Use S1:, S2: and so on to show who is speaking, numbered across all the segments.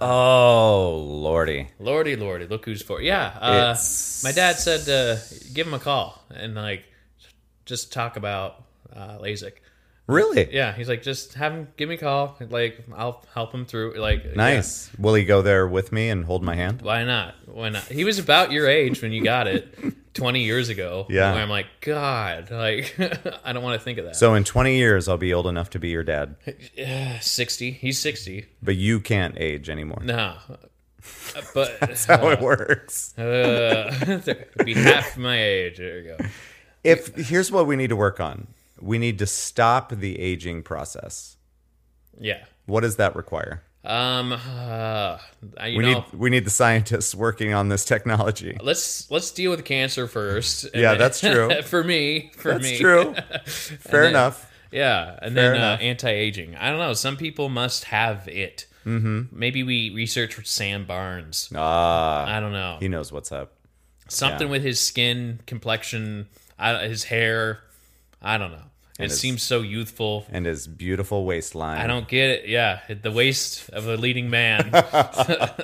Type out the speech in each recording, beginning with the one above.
S1: Oh lordy!
S2: Lordy, lordy, look who's for. Yeah, uh,
S1: It's-
S2: my dad said uh, give him a call and like just talk about uh, LASIK.
S1: Really
S2: Yeah, he's like just have him give me a call. and, Like I'll help him through. Like yeah,
S1: nice. Will he go there with me and hold my hand?
S2: why not? Why not? He was about your age when you got it, twenty years ago.
S1: Yeah.
S2: where I'm like, God, like I don't want to think of that.
S1: So in 20 years, I'll be old enough to be your dad,
S2: Yeah, sixty. He's sixty.
S1: but you can't age anymore.
S2: No, but
S1: That's how it works.
S2: uh, be half my age. There you go.
S1: If here's what we need to work on, we need to stop the aging process.
S2: Yeah.
S1: What does that require?
S2: Um, uh, I- you
S1: We
S2: know,
S1: need we need the scientists working on this technology.
S2: let's let's deal with cancer first. and
S1: Yeah,
S2: then-
S1: that's true.
S2: for me, for
S1: That's
S2: me,
S1: true. Fair
S2: then-
S1: enough.
S2: Yeah, and
S1: Fair
S2: then uh,
S1: enough.
S2: anti-aging. I don't know. Some people must have it. Mm-hmm. Maybe we research with Sam Barnes.
S1: Ah,
S2: I don't know.
S1: he knows what's up.
S2: Something with his skin, complexion, I, his hair. I don't know. It
S1: his-
S2: seems so youthful.
S1: And his beautiful waistline.
S2: I don't get it. Yeah, the waist of a leading man.
S1: Uh,
S2: Like,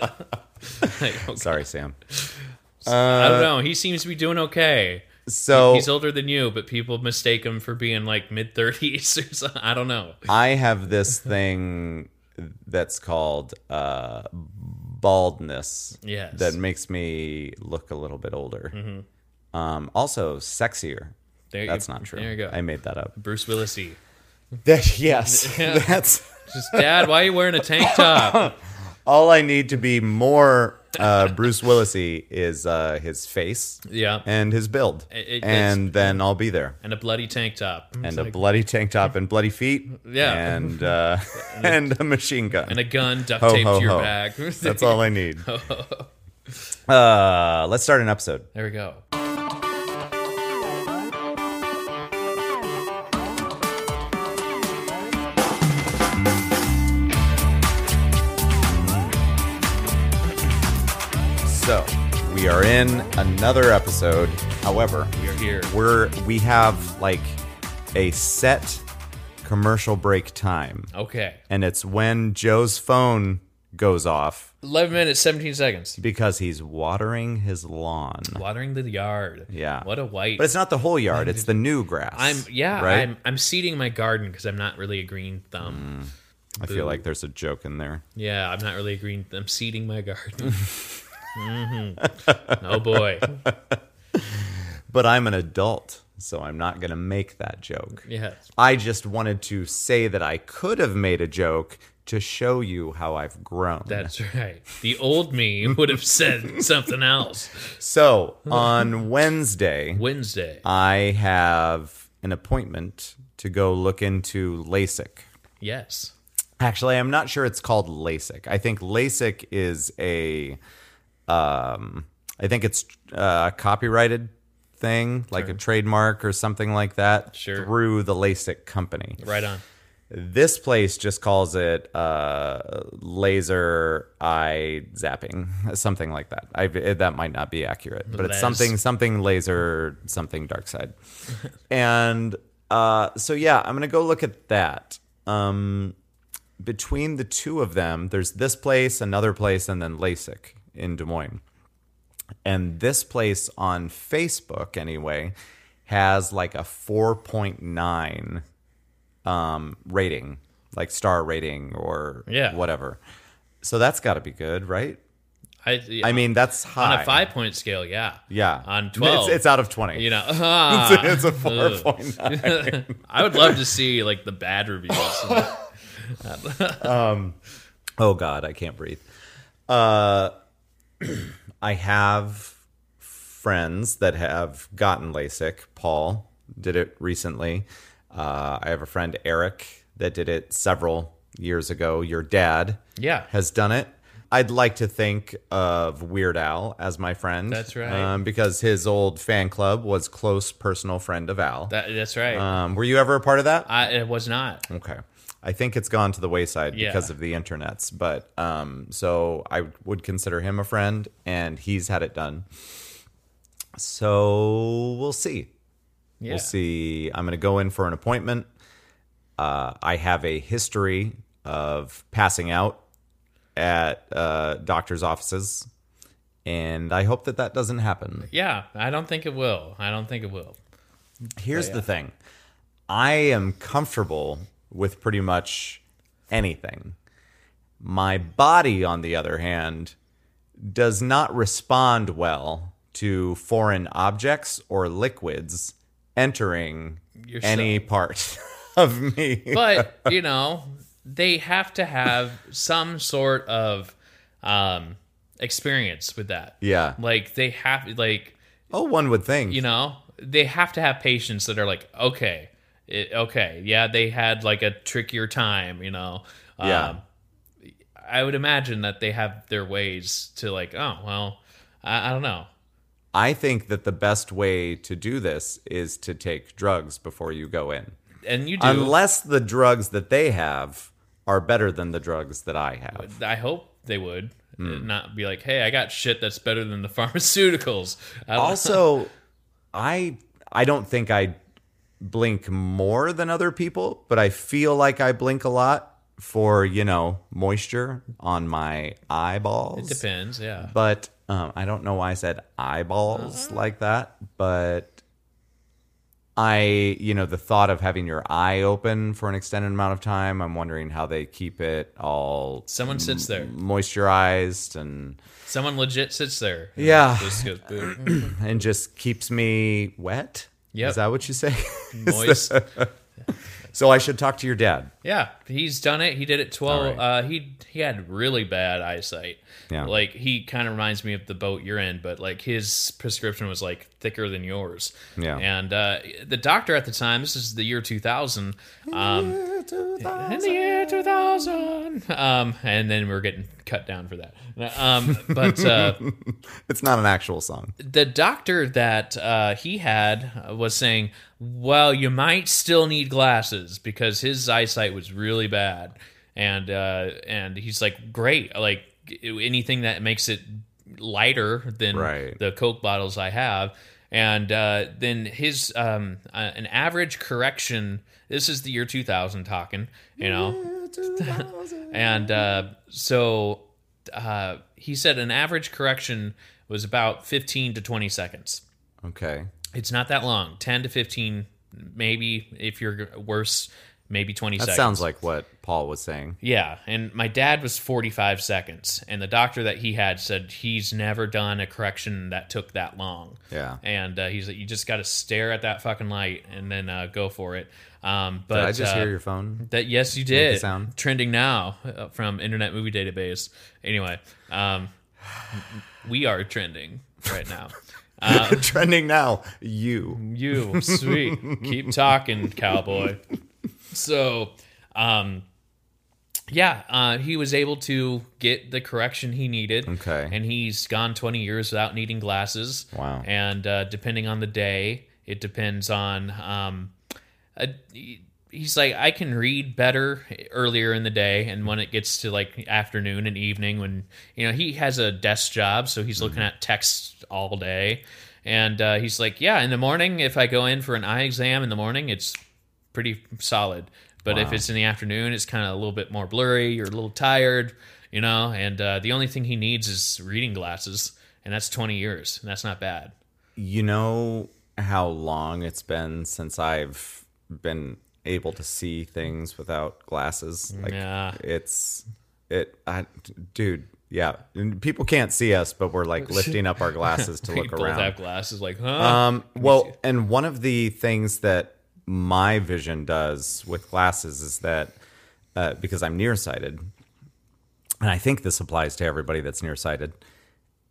S2: okay.
S1: Sorry, Sam.
S2: I don't know. He seems to be doing okay.
S1: So
S2: He's older than you, but people mistake him for being like mid thirties or something. I don't know.
S1: I have this thing that's called uh, baldness
S2: Yes.
S1: that makes me look a little bit older. Um, also, sexier.
S2: Mm-hmm. There you-
S1: That's not true.
S2: There you go.
S1: I made that up.
S2: Bruce Willisy.
S1: That, yes,
S2: Yeah.
S1: that's
S2: Just Dad, why are you wearing a tank top?
S1: all I need to be more uh, Bruce Willisy is uh, his face
S2: yeah,
S1: and his build,
S2: It- it-
S1: and then I'll be there.
S2: and a bloody tank top,
S1: And a bloody tank top and bloody feet,
S2: Yeah.
S1: and uh, and a machine gun.
S2: and a gun duct
S1: Ho,
S2: taped
S1: ho,
S2: to your
S1: ho.
S2: back.
S1: That's all I need. Uh, let's start an episode.
S2: There we go.
S1: So we are in another episode. However,
S2: We are here.
S1: we're we have like a set commercial break time,
S2: Okay,
S1: and it's when Joe's phone goes off
S2: eleven minutes, seventeen seconds.
S1: because he's watering his lawn.
S2: Watering the yard.
S1: Yeah.
S2: what a white.
S1: But it's not the whole yard; it's the new grass.
S2: I'm yeah.
S1: right. Mm.
S2: I'm I'm seeding my garden because I'm not really a green thumb.
S1: I feel like there's a joke in there.
S2: Yeah, I'm not really a green. I'm seeding my garden. hmm Oh boy.
S1: But I'm an adult, so I'm not gonna make that joke.
S2: Yeah.
S1: I just wanted to say that I could have made a joke to show you how I've grown.
S2: That's right. The old me would have said something else.
S1: So on Wednesday,
S2: Wednesday.
S1: I have an appointment to go look into LASIK.
S2: Yes.
S1: Actually, I'm not sure it's called LASIK. I think LASIK is a, um, I think it's uh, copyrighted thing, like a trademark or something like that,
S2: Sure.
S1: through the LASIK company.
S2: Right on.
S1: This place just calls it uh, laser eye zapping, something like that. I it, that might not be accurate, but it's
S2: Les.
S1: something something laser something dark side. and uh, so yeah, I'm gonna go look at that. Um, between the two of them, there's this place, another place, and then LASIK in Des Moines. And this place on Facebook, anyway, has like a 4.9 um, rating, like star rating or
S2: Yeah.
S1: whatever. So that's got to be good, right?
S2: I,
S1: I mean, that's high.
S2: on a five point scale, yeah.
S1: Yeah.
S2: On
S1: It's-
S2: 12.
S1: It's, out of 20.
S2: You know,
S1: it's a 4.9.
S2: I would love to see like the bad reviews.
S1: Oh God, I can't breathe. Uh, I have friends that have gotten LASIK. Paul did it recently. Uh, I have a friend Eric that did it several years ago. Your dad
S2: yeah.
S1: has done it. I'd like to think of Weird Al as my friend.
S2: That's right.
S1: Um, because his old fan club was close personal friend of Al.
S2: That, that's right.
S1: um, were you ever a part of that?
S2: I it was not.
S1: Okay. I think it's gone to the wayside because
S2: Yeah.
S1: of the internets, but um, so I would consider him a friend, and he's had it done. So we'll see.
S2: Yeah.
S1: We'll see. I'm going to go in for an appointment. Uh, I have a history of passing out at uh, doctors' offices, and I hope that that doesn't happen.
S2: Yeah, I don't think it will. I don't think it will.
S1: Here's the thing I am comfortable with pretty much anything. My body, on the other hand, does not respond well to foreign objects or liquids entering
S2: Your
S1: any part of me.
S2: But you know, they have to have some sort of um, experience with that.
S1: yeah.
S2: Like they have, like
S1: Oh, one would think.
S2: you know, they have to have patients that are like, okay, it, okay, yeah, they had like a trickier time, you know.
S1: Yeah.
S2: Um, I would imagine that they have their ways to like, oh well, I, I don't know.
S1: I think that the best way to do this is to take drugs before you go in.
S2: And you do.
S1: Unless the drugs that they have are better than the drugs that I have.
S2: I hope they would eh,
S1: Hmm.
S2: not be like, hey, I got shit that's better than the pharmaceuticals. Uh, I don't-
S1: Also, I I don't think I blink more than other people, but I feel like I blink a lot for, you know, moisture on my eyeballs.
S2: depends. Yeah.
S1: But um, I don't know why I said
S2: Uh-huh.
S1: eyeballs like that, but I, you know, the thought of having your eye open for an extended amount of time, I'm wondering how they keep it all
S2: Someone sits there.
S1: Mm. moisturized and
S2: Someone legit sits there. and
S1: Yeah.
S2: Just goes, "Boo."
S1: and just keeps me wet.
S2: Yep.
S1: Is that what you say?
S2: moist.
S1: so I should talk to your dad.
S2: Yeah, he's done it. He did it
S1: Alright.
S2: twelve. Uh, he he had really bad eyesight.
S1: Yeah.
S2: like he kind of reminds me of the boat you're in, but like his prescription was like thicker than yours.
S1: Yeah.
S2: and uh, the doctor at the time, this is the year 2000. Um, in the year 2000, um, and then we are getting cut down for that. Um, but uh,
S1: It's not an actual song.
S2: the doctor that uh, he had uh, was saying, "Well, you might still need glasses because his eyesight was really bad." And uh, and he's like, "Great, like anything that makes it lighter than
S1: Right.
S2: the Coke bottles I have." And uh, then his um, uh, an average correction. This is the year 2000 talking, you know. And uh, so uh, he said an average correction was about 15 to 20 seconds.
S1: okay.
S2: It's not that long 10 to 15, maybe if you're g- worse, maybe 20
S1: That
S2: seconds.
S1: sounds like what Paul was saying.
S2: yeah. And my dad was 45 seconds. And the doctor that he had said he's never done a correction that took that long.
S1: Yeah.
S2: And uh, he's like, you just got to stare at that fucking light and then uh, go for it. Um, but
S1: Did I just
S2: uh,
S1: hear your phone?
S2: that yes, you did.
S1: a sound.
S2: Trending now uh, from Internet Movie Database. Anyway, um, we are trending right now. uh,
S1: Trending now. You.
S2: You sweet, keep talking, cowboy. So, um, yeah, uh, he was able to get the correction he needed.
S1: Okay.
S2: and he's gone 20 years without needing glasses.
S1: Wow.
S2: And uh, depending on the day, it depends on. Um, a, he's like, I can read better earlier in the day, and when it gets to like afternoon and evening, when you know he has a desk job, so he's looking at text all day. And uh, he's like, yeah, in the morning, if I go in for an eye exam in the morning, it's pretty solid. But if it's in the afternoon, it's kind of a little bit more blurry. You're a little tired, you know. And uh, the only thing he needs is reading glasses, and that's 20 years, and that's not bad.
S1: You know how long it's been since I've been able to see things without glasses? Like
S2: Yeah.
S1: it's it I dude, yeah. And people can't see us, but we're like lifting up our glasses to
S2: We
S1: look
S2: both
S1: around.
S2: have glasses, like, huh?
S1: Um, well, and one of the things that my vision does with glasses is that uh, because I'm nearsighted, and I think this applies to everybody that's nearsighted,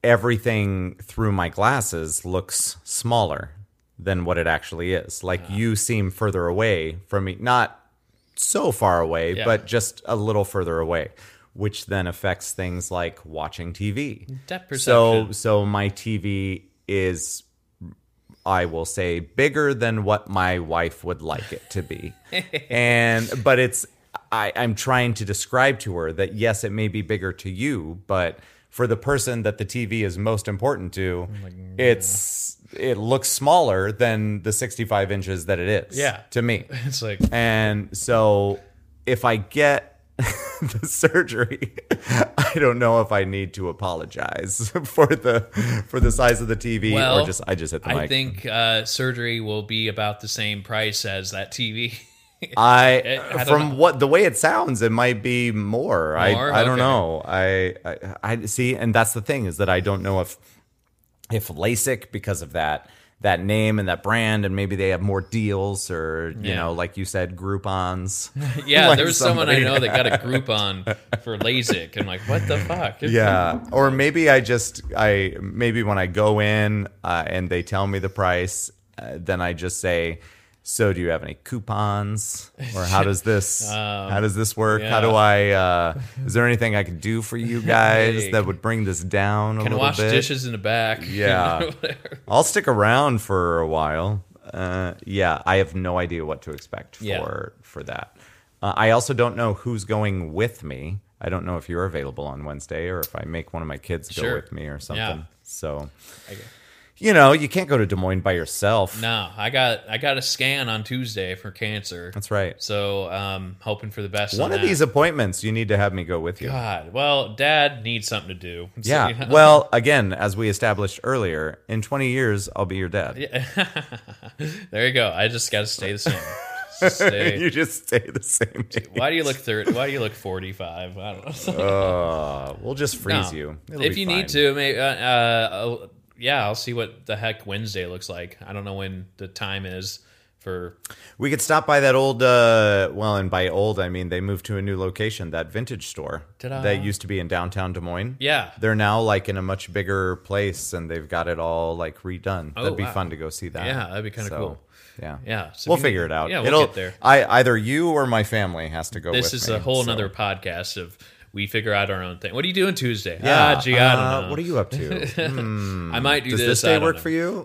S1: everything through my glasses looks smaller than what it actually is. Like you seem further away from me, not so far away,
S2: Yeah.
S1: but just a little further away, which then affects things like watching TV.
S2: Depth
S1: So
S2: perception.
S1: so my TV is I will say bigger than what my wife would like it to be. and but it's I, I'm trying to describe to her that yes, it may be bigger to you, but for the person that the TV is most important to, it's it looks smaller than the 65 inches that it is.
S2: Yeah.
S1: To me.
S2: it's like,
S1: And so if I get the surgery, I don't know if I need to apologize for the for the size of the TV
S2: Well,
S1: or just I just hit the mic.
S2: I think uh, surgery will be about the same price as that TV.
S1: I, uh,
S2: I don't
S1: from
S2: know.
S1: what the way it sounds, it might be more.
S2: More?
S1: I I don't
S2: Okay.
S1: know. I, I I see, and that's the thing is that I don't know if if LASIK because of that that name and that brand, and maybe they have more deals or you
S2: Yeah.
S1: know, like you said, Groupon's.
S2: yeah,
S1: Like
S2: there was someone I
S1: somebody-
S2: know that got a Groupon for LASIK. I'm like, what the fuck?
S1: yeah, or maybe I just I maybe when I go in uh, and they tell me the price, uh, then I just say. So, do you have any coupons, or how does this
S2: Um,
S1: how does this work? How
S2: yeah.
S1: do I? Uh, is there anything I can do for you guys
S2: Hey,
S1: that would bring this down a
S2: Can
S1: little
S2: wash
S1: bit?
S2: dishes in the back. you
S1: Yeah.
S2: know, whatever.
S1: I'll stick around for a while. Uh, yeah, I have no idea what to expect for
S2: Yeah.
S1: for that. Uh, I also don't know who's going with me. I don't know if you're available on Wednesday or if I make one of my kids go
S2: Sure.
S1: with me or something. So,
S2: I-
S1: you know, you can't go to Des Moines by yourself.
S2: no, I got I got a scan on Tuesday for cancer.
S1: That's right.
S2: So um hoping for the best.
S1: One
S2: on
S1: of
S2: that.
S1: these appointments, you need to have me go with you.
S2: God. Well, Dad needs something to do. So,
S1: Yeah.
S2: you know.
S1: Well, again, as we established earlier, in 20 years, I'll be your dad.
S2: there you go. I just got to stay the same. Stay.
S1: you just stay the same. age.
S2: Why do you look thirty? Why do you look forty-five? I don't know.
S1: Uh, we'll just freeze
S2: No.
S1: you. It'll
S2: if
S1: be
S2: you
S1: fine.
S2: need to, maybe. Uh, uh, uh, yeah, I'll see what the heck Wednesday looks like. I don't know when the time is for.
S1: We could stop by that old, uh, well, and by old, I mean they moved to a new location, that vintage store
S2: Ta-da.
S1: that used to be in downtown Des Moines.
S2: Yeah,
S1: They're now like in a much bigger place and they've got it all like redone.
S2: Oh,
S1: That'd be
S2: wow.
S1: fun to go see that.
S2: Yeah, that'd be kinda cool.
S1: Yeah.
S2: yeah. So
S1: We'll
S2: we-
S1: figure it out.
S2: Yeah, we'll
S1: It'll,
S2: get there.
S1: I, either you or my family has to go
S2: This
S1: with
S2: is
S1: me,
S2: a whole
S1: so-
S2: nother podcast of we figure out our own thing. What are you doing Tuesday?
S1: Yeah.
S2: Ah, gee, I
S1: uh,
S2: don't know.
S1: What are you up to? Hmm.
S2: I might do
S1: Does
S2: this.
S1: this
S2: I
S1: day
S2: don't
S1: work
S2: know.
S1: for you?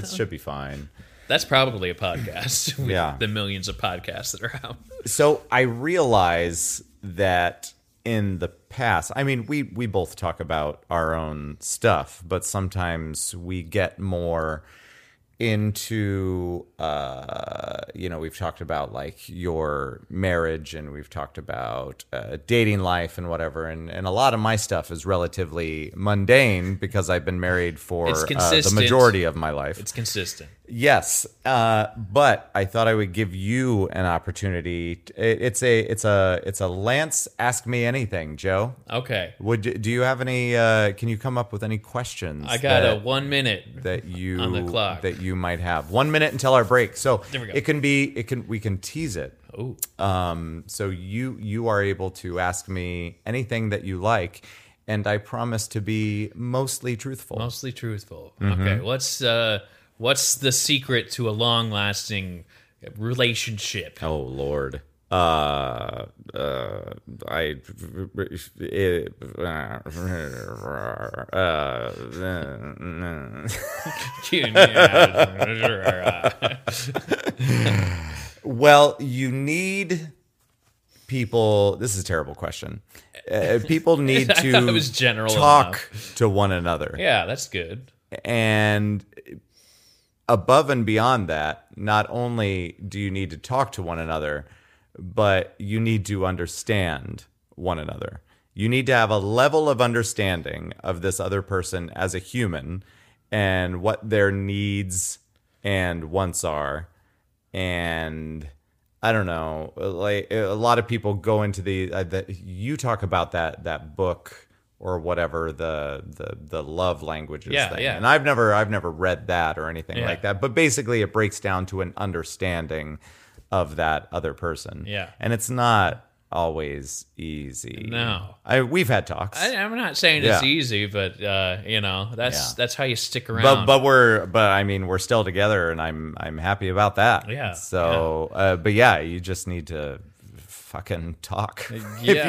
S1: It should be fine.
S2: That's probably a podcast. with
S1: Yeah.
S2: the millions of podcasts that are out.
S1: So I realize that in the past, I mean, we we both talk about our own stuff, but sometimes we get more into uh you know we've talked about like your marriage and we've talked about uh, dating life and whatever and and a lot of my stuff is relatively mundane because I've been married for
S2: It's
S1: uh, the
S2: consistent.
S1: majority of my life
S2: It's consistent.
S1: Yes, uh, but I thought I would give you an opportunity. T- it- It's a it's a it's a Lance. Ask me anything, Joe.
S2: Okay.
S1: Would you- do you have any? Uh, can you come up with any questions?
S2: I got
S1: that,
S2: a one minute.
S1: that you
S2: on the clock.
S1: that you might have one minute until our break. So
S2: There we go.
S1: it can be it can we can tease it.
S2: Oh,
S1: Um, so you you are able to ask me anything that you like, and I promise to be mostly truthful.
S2: mostly truthful.
S1: Mm-hmm.
S2: Okay. What's uh what's the secret to a long lasting relationship?
S1: Oh Lord. Uh, uh, I, it, uh, well, you need people. This is a terrible question. Uh, people need
S2: I thought
S1: to
S2: it was general
S1: talk to one another,
S2: yeah, that's good.
S1: and above and beyond that, not only do you need to talk to one another, but you need to understand one another. You need to have a level of understanding of this other person as a human and what their needs and wants are. And I don't know, like a lot of people go into the uh, that you talk about that that book or whatever the the the love languages
S2: Yeah,
S1: thing.
S2: yeah.
S1: And I've never I've never read that or anything
S2: Yeah.
S1: like that. But basically, it breaks down to an understanding of that other person.
S2: Yeah.
S1: and it's not always easy.
S2: No.
S1: I we've had talks,
S2: I, I'm not saying it's
S1: Yeah.
S2: easy, but uh, you know, that's
S1: Yeah.
S2: that's how you stick
S1: but
S2: around.
S1: but we're but I mean we're still together, and I'm I'm happy about that.
S2: Yeah,
S1: So, Uh, but yeah, you just need to fucking talk.
S2: Uh, yeah.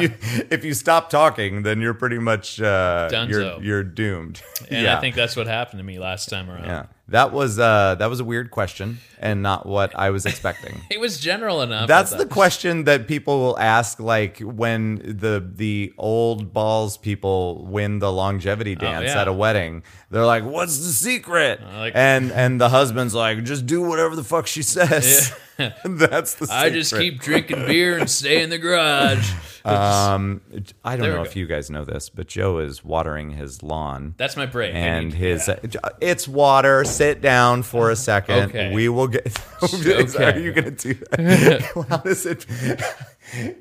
S1: if you if you stop talking, then you're pretty much uh, you're
S2: Dunzo.
S1: you're doomed.
S2: and
S1: yeah.
S2: I think that's what happened to me last time around.
S1: yeah. That was uh, that was a weird question and not what I was expecting.
S2: It was general enough.
S1: That's
S2: I
S1: the
S2: thought.
S1: question that people will ask, like when the the old balls people win the longevity dance
S2: Oh, yeah.
S1: at a wedding. They're like, "What's the secret?"
S2: like-
S1: and and the husband's like, "Just do whatever the fuck she says." That's the.
S2: I just
S1: secret.
S2: keep drinking beer and stay in the garage.
S1: Um, I don't
S2: There we
S1: know
S2: go.
S1: if you guys know this, but Joe is watering his lawn.
S2: That's my break. I
S1: and
S2: need-
S1: his uh, it's water. Sit down for a second.
S2: Okay.
S1: We will get. Are
S2: Okay.
S1: you going to do that? How does it?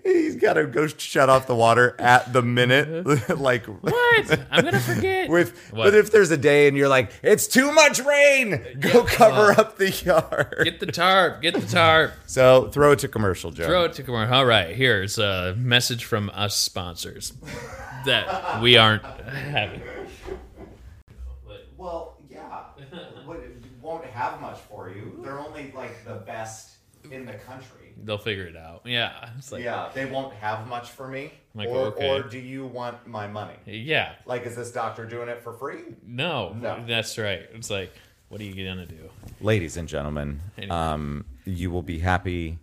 S1: He's got to go shut off the water at the minute. like
S2: Uh-huh. what? I'm gonna forget.
S1: with,
S2: What?
S1: but if there's a day and you're like, it's too much rain, go cover up the yard.
S2: Uh-huh. get the tarp. Get the tarp.
S1: so throw it to commercial, Joe.
S2: Throw it to commercial. All right, here's a message from us sponsors that we aren't having.
S1: Well, yeah, What- it won't have much for you. They're only like the best in the country.
S2: They'll figure it out. Yeah, it's like yeah.
S1: Yeah, they won't have much for me.
S2: Like,
S1: or,
S2: okay.
S1: or do you want my money? Like, is this doctor doing it for free?
S2: no,
S1: No.
S2: that's right. It's like, what are you gonna do?
S1: Ladies and gentlemen,
S2: Anyway.
S1: um, you will be happy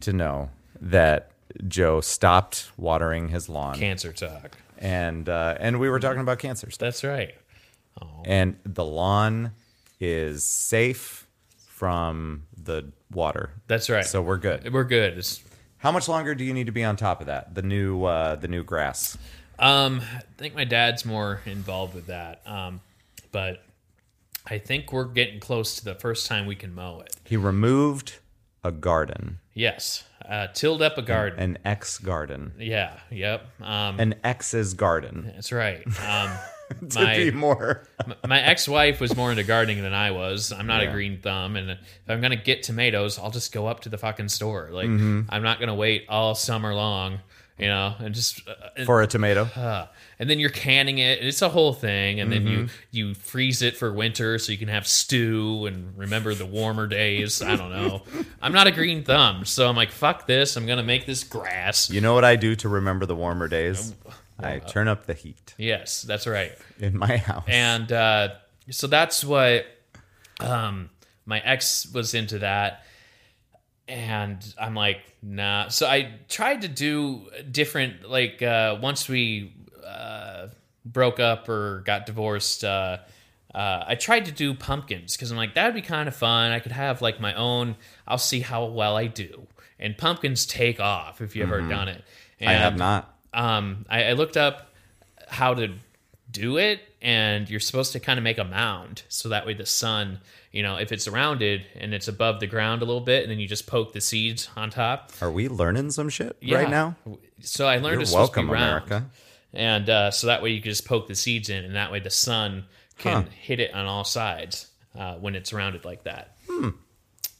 S1: to know that Joe stopped watering his lawn,
S2: Cancer talk.
S1: and uh, and we were talking about cancer stuff.
S2: That's right.
S1: And the lawn is safe from the water,
S2: That's right.
S1: so we're good.
S2: we're good. It's,
S1: How much longer do you need to be on top of that? The new uh, the new grass.
S2: um, I think my dad's more involved with that. Um, but I think we're getting close to the first time we can mow it.
S1: He removed a garden,
S2: Yes, uh, tilled up a garden.
S1: an ex garden.
S2: Yeah. Yep. Um,
S1: an ex's garden
S2: That's right. Um,
S1: to be
S2: my
S1: more.
S2: my ex wife was more into gardening than I was. I'm not
S1: Yeah.
S2: a green thumb, and if I'm gonna get tomatoes, I'll just go up to the fucking store. Like I'm not gonna wait all summer long, you know, and just uh, and,
S1: For a tomato,
S2: uh, and then you're canning it. and It's a whole thing, and then you you freeze it for winter so you can have stew and remember the warmer days. I don't know. I'm not a green thumb, so I'm like fuck this. I'm gonna make this grass.
S1: you know what I do to remember the warmer days? I turn up the heat
S2: Yes, that's right.
S1: in my house.
S2: and uh, so that's what um, my ex was into that and i'm like nah so i tried to do different like uh, once we uh, broke up or got divorced uh, uh, i tried to do pumpkins because i'm like that would be kind of fun i could have like my own i'll see how well i do and pumpkins take off if you ever done it
S1: Mm-hmm.
S2: and
S1: I have not.
S2: um, I, I looked up how to do it, and you're supposed to kind of make a mound so that way the sun, you know, if it's rounded and it's above the ground a little bit, and then you just poke the seeds on top.
S1: Are we learning some shit right
S2: Yeah.
S1: now?
S2: So I learned
S1: You're
S2: it's supposed to be
S1: welcome,
S2: round,
S1: America.
S2: and uh, so that way you can just poke the seeds in, and that way the sun can
S1: Huh.
S2: hit it on all sides uh, when it's rounded like that.
S1: Hmm.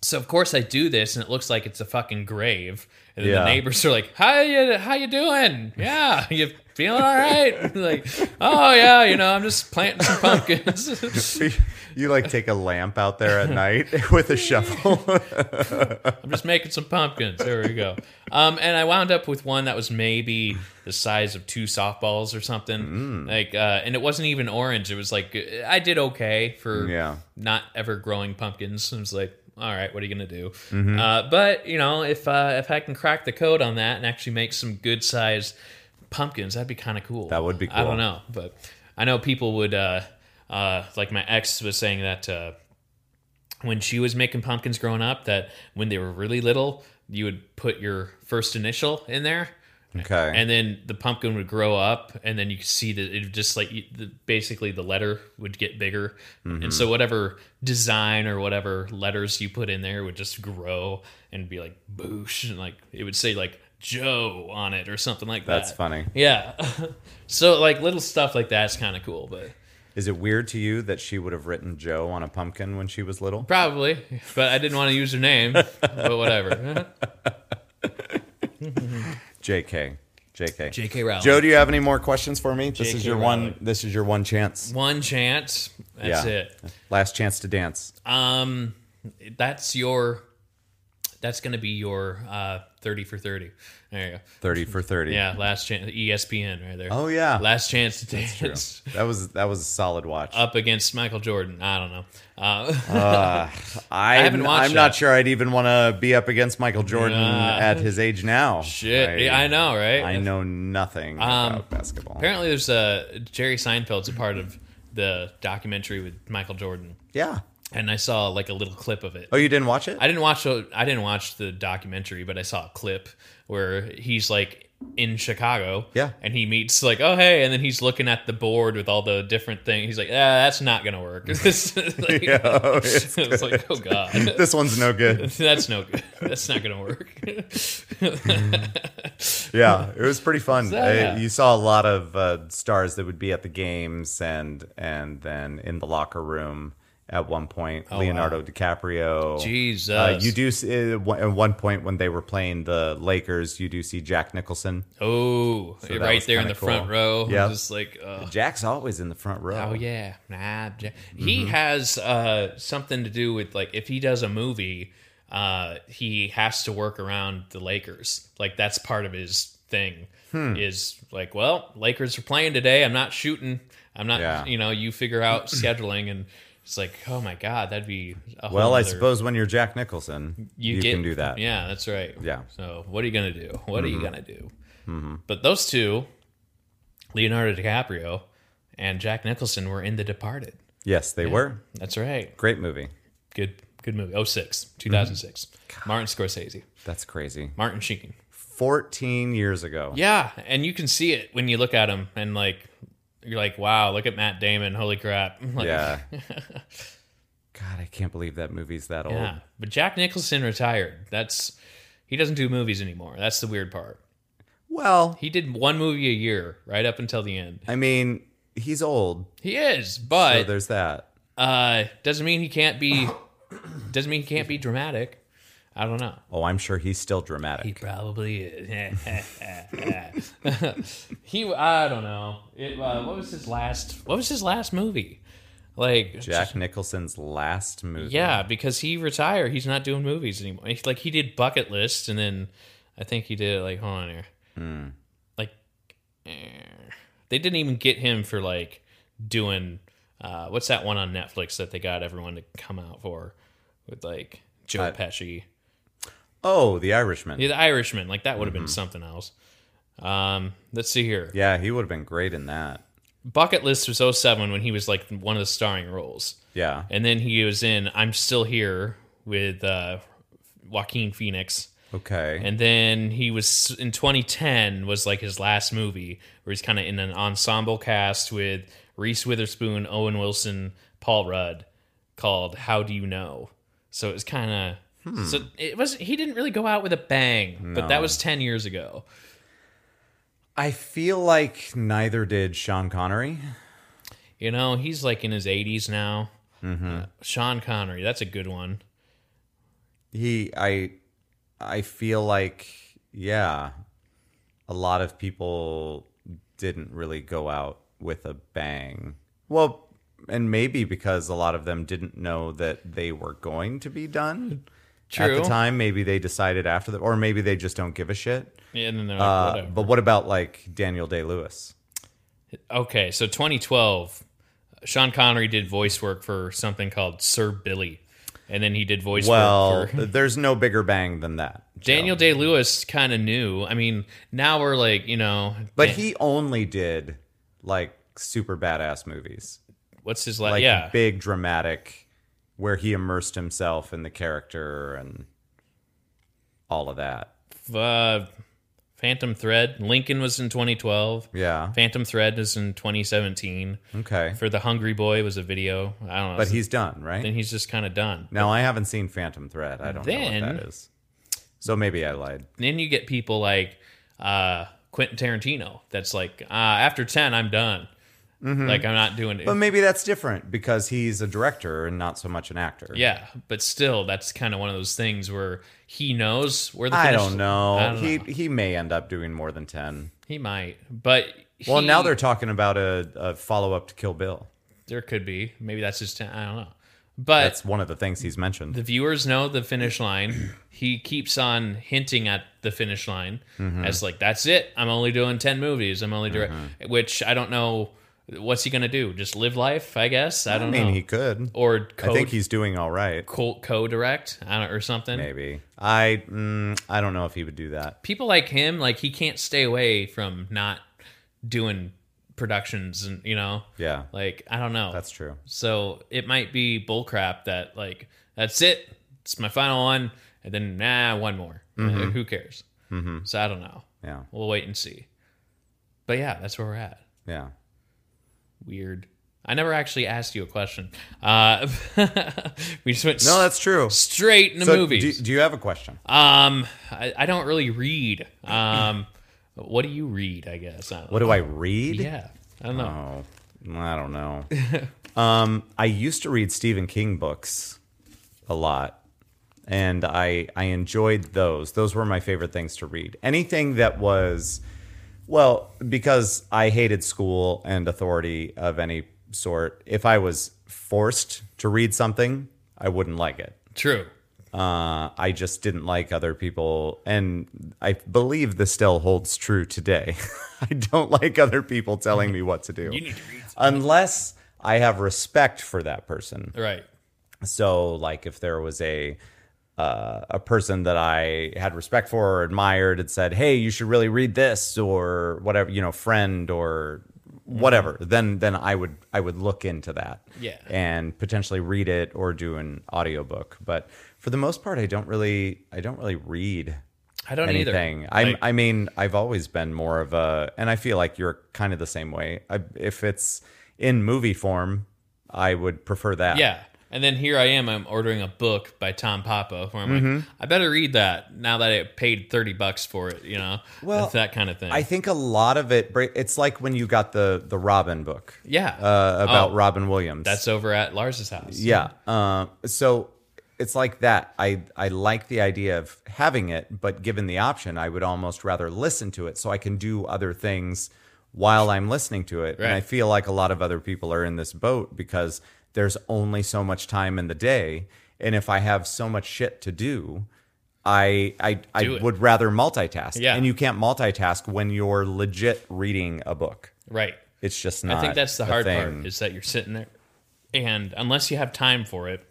S2: So of course I do this, and it looks like it's a fucking grave. And then
S1: Yeah.
S2: the neighbors are like, "How you? How you doing? Yeah, you feeling all right? like, oh yeah, you know, I'm just planting some pumpkins.
S1: You like take a lamp out there at night with a shovel.
S2: I'm just making some pumpkins. There we go. Um, and I wound up with one that was maybe the size of two softballs or something. Like, uh, and it wasn't even orange. It was like I did okay for
S1: Yeah.
S2: not ever growing pumpkins. I was like, all right, what are you gonna do? Uh, but you know, if uh, if I can crack the code on that and actually make some good sized pumpkins, that'd be kind of cool.
S1: That would be
S2: I
S1: cool.
S2: don't know, but I know people would. Uh, uh, like my ex was saying that. Uh, when she was making pumpkins growing up that when they were really little, you would put your first initial in there.
S1: okay.
S2: And uh, then the pumpkin would grow up, and then you could see that it would just like you- the, basically the letter would get bigger, and
S1: Mm-hmm.
S2: so whatever design or whatever letters you put in there would just grow and be like boosh, and like it would say like Joe on it or something like
S1: That's
S2: that.
S1: funny.
S2: Yeah, so like little stuff like that's kind of cool, but
S1: Is it weird to you that she would have written Joe on a pumpkin when she was little?
S2: Probably, but I didn't want to use her name. but whatever.
S1: JK. JK.
S2: J.K. Rowling.
S1: Joe, do you have any more questions for me? This
S2: JK
S1: is your one
S2: Rowling.
S1: this is your one chance.
S2: One chance. That's
S1: Yeah.
S2: it.
S1: Last chance to dance.
S2: Um, that's your. That's gonna be your uh, thirty for thirty. There you go.
S1: 30 for 30.
S2: Yeah, last E chance. ESPN right there.
S1: Oh yeah.
S2: Last chance to dance
S1: That was that was a solid watch.
S2: up against Michael Jordan. I don't know. Uh,
S1: Oh, I
S2: haven't watched
S1: I'm not
S2: that.
S1: sure I'd even want to be up against Michael Jordan
S2: Nah.
S1: at his age now.
S2: shit. yeah, I know, Um, right?
S1: I know nothing about basketball.
S2: Apparently, there's a Jerry Seinfeld's a part of the documentary with Michael Jordan.
S1: Yeah.
S2: and I saw like a little clip of it.
S1: Oh, you didn't watch it?
S2: I didn't watch the I didn't watch the documentary, but I saw a clip where he's like in Chicago.
S1: Yeah.
S2: And he meets like, oh hey, and then he's looking at the board with all the different things. He's like, ah, that's not gonna work. This is like,
S1: Yeah, oh, it's
S2: it's like, oh god.
S1: this one's no good.
S2: That's no good. That's not gonna work.
S1: Yeah, it was pretty fun.
S2: So,
S1: I-
S2: yeah.
S1: you saw a lot of uh, stars that would be at the games and and then in the locker room at one point. Leonardo DiCaprio.
S2: Oh, Jesus.
S1: Uh, you do see, uh, one- at one point when they were playing the Lakers, you do see Jack Nicholson.
S2: oh,
S1: that
S2: right
S1: was
S2: there in the
S1: kinda
S2: front
S1: cool.
S2: row. I'm
S1: Yeah.
S2: Just like, ugh.
S1: Jack's always in the front row.
S2: Oh yeah, nah. J- He
S1: Mm-hmm.
S2: has uh, something to do with like if he does a movie, uh, he has to work around the Lakers. Like that's part of his thing.
S1: Hmm.
S2: Is like, well, Lakers are playing today. I'm not shooting. I'm not.
S1: Yeah.
S2: You know, you figure out scheduling, and it's like, oh my god, that'd be. A whole
S1: Well, I
S2: other-
S1: suppose when you're Jack Nicholson, you,
S2: get-
S1: can do that.
S2: Yeah, that's right.
S1: Yeah. Mm-hmm.
S2: So what are you gonna do? What are you gonna do? But those two, Leonardo DiCaprio and Jack Nicholson, were in The Departed.
S1: Yes, they were.
S2: That's right.
S1: Great movie.
S2: Good good movie. Oh, 06, 2006. Martin Scorsese.
S1: That's crazy.
S2: Martin Sheen.
S1: 14 years ago.
S2: Yeah, and you can see it when you look at him and like you're like, "Wow, look at Matt Damon. Holy crap." Like,
S1: Yeah. God, I can't believe that movie's that old.
S2: yeah. But Jack Nicholson retired. That's he doesn't do movies anymore. That's the weird part.
S1: Well,
S2: He did one movie a year right up until the end.
S1: I mean, he's old,
S2: He is,
S1: so
S2: but
S1: there's that.
S2: uh, doesn't mean he can't be. doesn't mean he can't be dramatic. I don't know.
S1: Oh, I'm sure he's still dramatic.
S2: He probably is. he, I don't know. It, uh, what was his last? What was his last movie? Like
S1: Jack Nicholson's last movie.
S2: Yeah, because he retired. He's not doing movies anymore. He's- Like he did Bucket List, and then I think he did like hold on here, like eh. they didn't even get him for like doing uh, what's that one on Netflix that they got everyone to come out for with like Joe
S1: Uh,
S2: Pesci,
S1: Oh, The Irishman.
S2: yeah,
S1: Yeah,
S2: The Irishman. Like that would have been something else. Um, let's see here.
S1: he would have been great in that.
S2: Bucket List was 07 when he was like one of the starring roles.
S1: Yeah.
S2: And then he was in I'm Still Here with uh, Joaquin Phoenix.
S1: Okay.
S2: And then he was in 2010 was like his last movie where he's kind of in an ensemble cast with Reese Witherspoon, Owen Wilson, Paul Rudd called How Do You Know? So it was kind of so it was he didn't really go out with a bang, but that was 10 years ago.
S1: I feel like neither did Sean Connery.
S2: You know, he's like in his 80s now.
S1: Mm-hmm.
S2: Uh, Sean Connery, that's a good one.
S1: He I I feel like yeah, a lot of people didn't really go out with a bang. Well, and maybe because a lot of them didn't know that they were going to be done at
S2: True.
S1: the time. Maybe they decided after the, or maybe they just don't give a shit.
S2: And then they're like,
S1: Uh,
S2: whatever.
S1: but what about like Daniel Day Lewis?
S2: Okay, so 2012, Sean Connery did voice work for something called Sir Billy, and then he did voice
S1: Well,
S2: work for
S1: there's no bigger bang than that.
S2: Daniel Day Lewis. Kind of knew. I mean, now we're like, you know,
S1: But he only did like super badass movies.
S2: what's his last?
S1: like
S2: Uh, yeah,
S1: big dramatic where he immersed himself in the character and all of that.
S2: uh, Phantom Thread. Lincoln was in 2012.
S1: Yeah.
S2: Phantom Thread is in 2017.
S1: Okay.
S2: For the Hungry Boy was a video. I don't know.
S1: But he's done, right?
S2: then he's just kind of done.
S1: Now I haven't seen Phantom Thread. I don't know
S2: Then-
S1: what that is. So maybe I lied.
S2: then you get people like uh, Quentin Tarantino. That's like uh, after ten, I'm done. Like I'm not doing it.
S1: Mm-hmm. But maybe that's different because he's a director and not so much an actor.
S2: yeah, but still, that's kind of one of those things where he knows where the
S1: I
S2: finish-
S1: don't know.
S2: I don't
S1: he
S2: know.
S1: he may end up doing more than 10.
S2: He might, but
S1: Well,
S2: he-
S1: now they're talking about a, a follow up to Kill Bill.
S2: there could be maybe that's just ten. I don't know, but
S1: That's one of the things he's mentioned.
S2: the viewers know the finish line. he keeps on hinting at the finish line
S1: Mm-hmm.
S2: as like, "That's it. I'm only doing ten movies. I'm only direct."
S1: Mm-hmm.
S2: Which I don't know. What's he gonna do? Just live life, I guess. I
S1: I,
S2: don't
S1: mean,
S2: know.
S1: he could.
S2: or co-
S1: I think he's doing all right.
S2: co- co-direct I don't, or something.
S1: Maybe I mm, I don't know if he would do that.
S2: People like him, like he can't stay away from not doing productions and you know
S1: Yeah,
S2: like i don't know
S1: that's true.
S2: so it might be bullcrap that like that's it it's my final one and then nah one more
S1: Mm-hmm.
S2: Uh, who cares
S1: hmm
S2: so i don't know
S1: Yeah,
S2: we'll wait and see but yeah that's where we're at
S1: yeah.
S2: weird i never actually asked you a question uh we just went
S1: No,
S2: s-
S1: that's true.
S2: straight into
S1: So
S2: movies
S1: Do, do you have a question?
S2: um I, I don't really read um what do you read i guess I don't
S1: What do I read?
S2: yeah i don't know
S1: Oh, I don't know. um, I used to read Stephen King books a lot, and I I enjoyed those. Those were my favorite things to read. Anything that was, well, because I hated school and authority of any sort. If I was forced to read something, I wouldn't like it.
S2: true
S1: Uh, I just didn't like other people, and I believe this still holds true today. I don't like other people telling me what to do
S2: you need to read
S1: unless I have respect for that person.
S2: right
S1: So, like, if there was a uh, a person that I had respect for or admired and said, "Hey, you should really read this," or whatever, you know, friend or whatever, then then I would I would look into that,
S2: Mm-hmm. Yeah.
S1: and potentially read it or do an audiobook. But for the most part, I don't really I don't really read
S2: i don't
S1: anything.
S2: either
S1: I'm,
S2: Like-
S1: I mean, I've always been more of a, and I feel like you're kind of the same way. I, if it's in movie form, I would prefer that.
S2: Yeah. And then here I am, I'm ordering a book by Tom Papa where I'm like,
S1: Mm-hmm.
S2: I better read that now that I paid 30 bucks for it, you know?
S1: Well,
S2: It's that kind of thing.
S1: I think a lot of it. bra- It's like when you got the the Robin book
S2: yeah.
S1: uh, about
S2: Oh,
S1: Robin Williams.
S2: that's over at Lars's house.
S1: yeah. Uh, so it's like that. I I like the idea of having it, but given the option, I would almost rather listen to it so I can do other things while I'm listening to it. And I
S2: Right.
S1: feel like a lot of other people are in this boat because there's only so much time in the day, and if I have so much shit to do. I I,
S2: Do
S1: I
S2: it.
S1: would rather multitask,
S2: Yeah.
S1: and you can't multitask when you're legit reading a book.
S2: Right.
S1: It's just not.
S2: I think that's the
S1: a
S2: hard
S1: thing.
S2: part is that you're sitting there and unless you have time for it,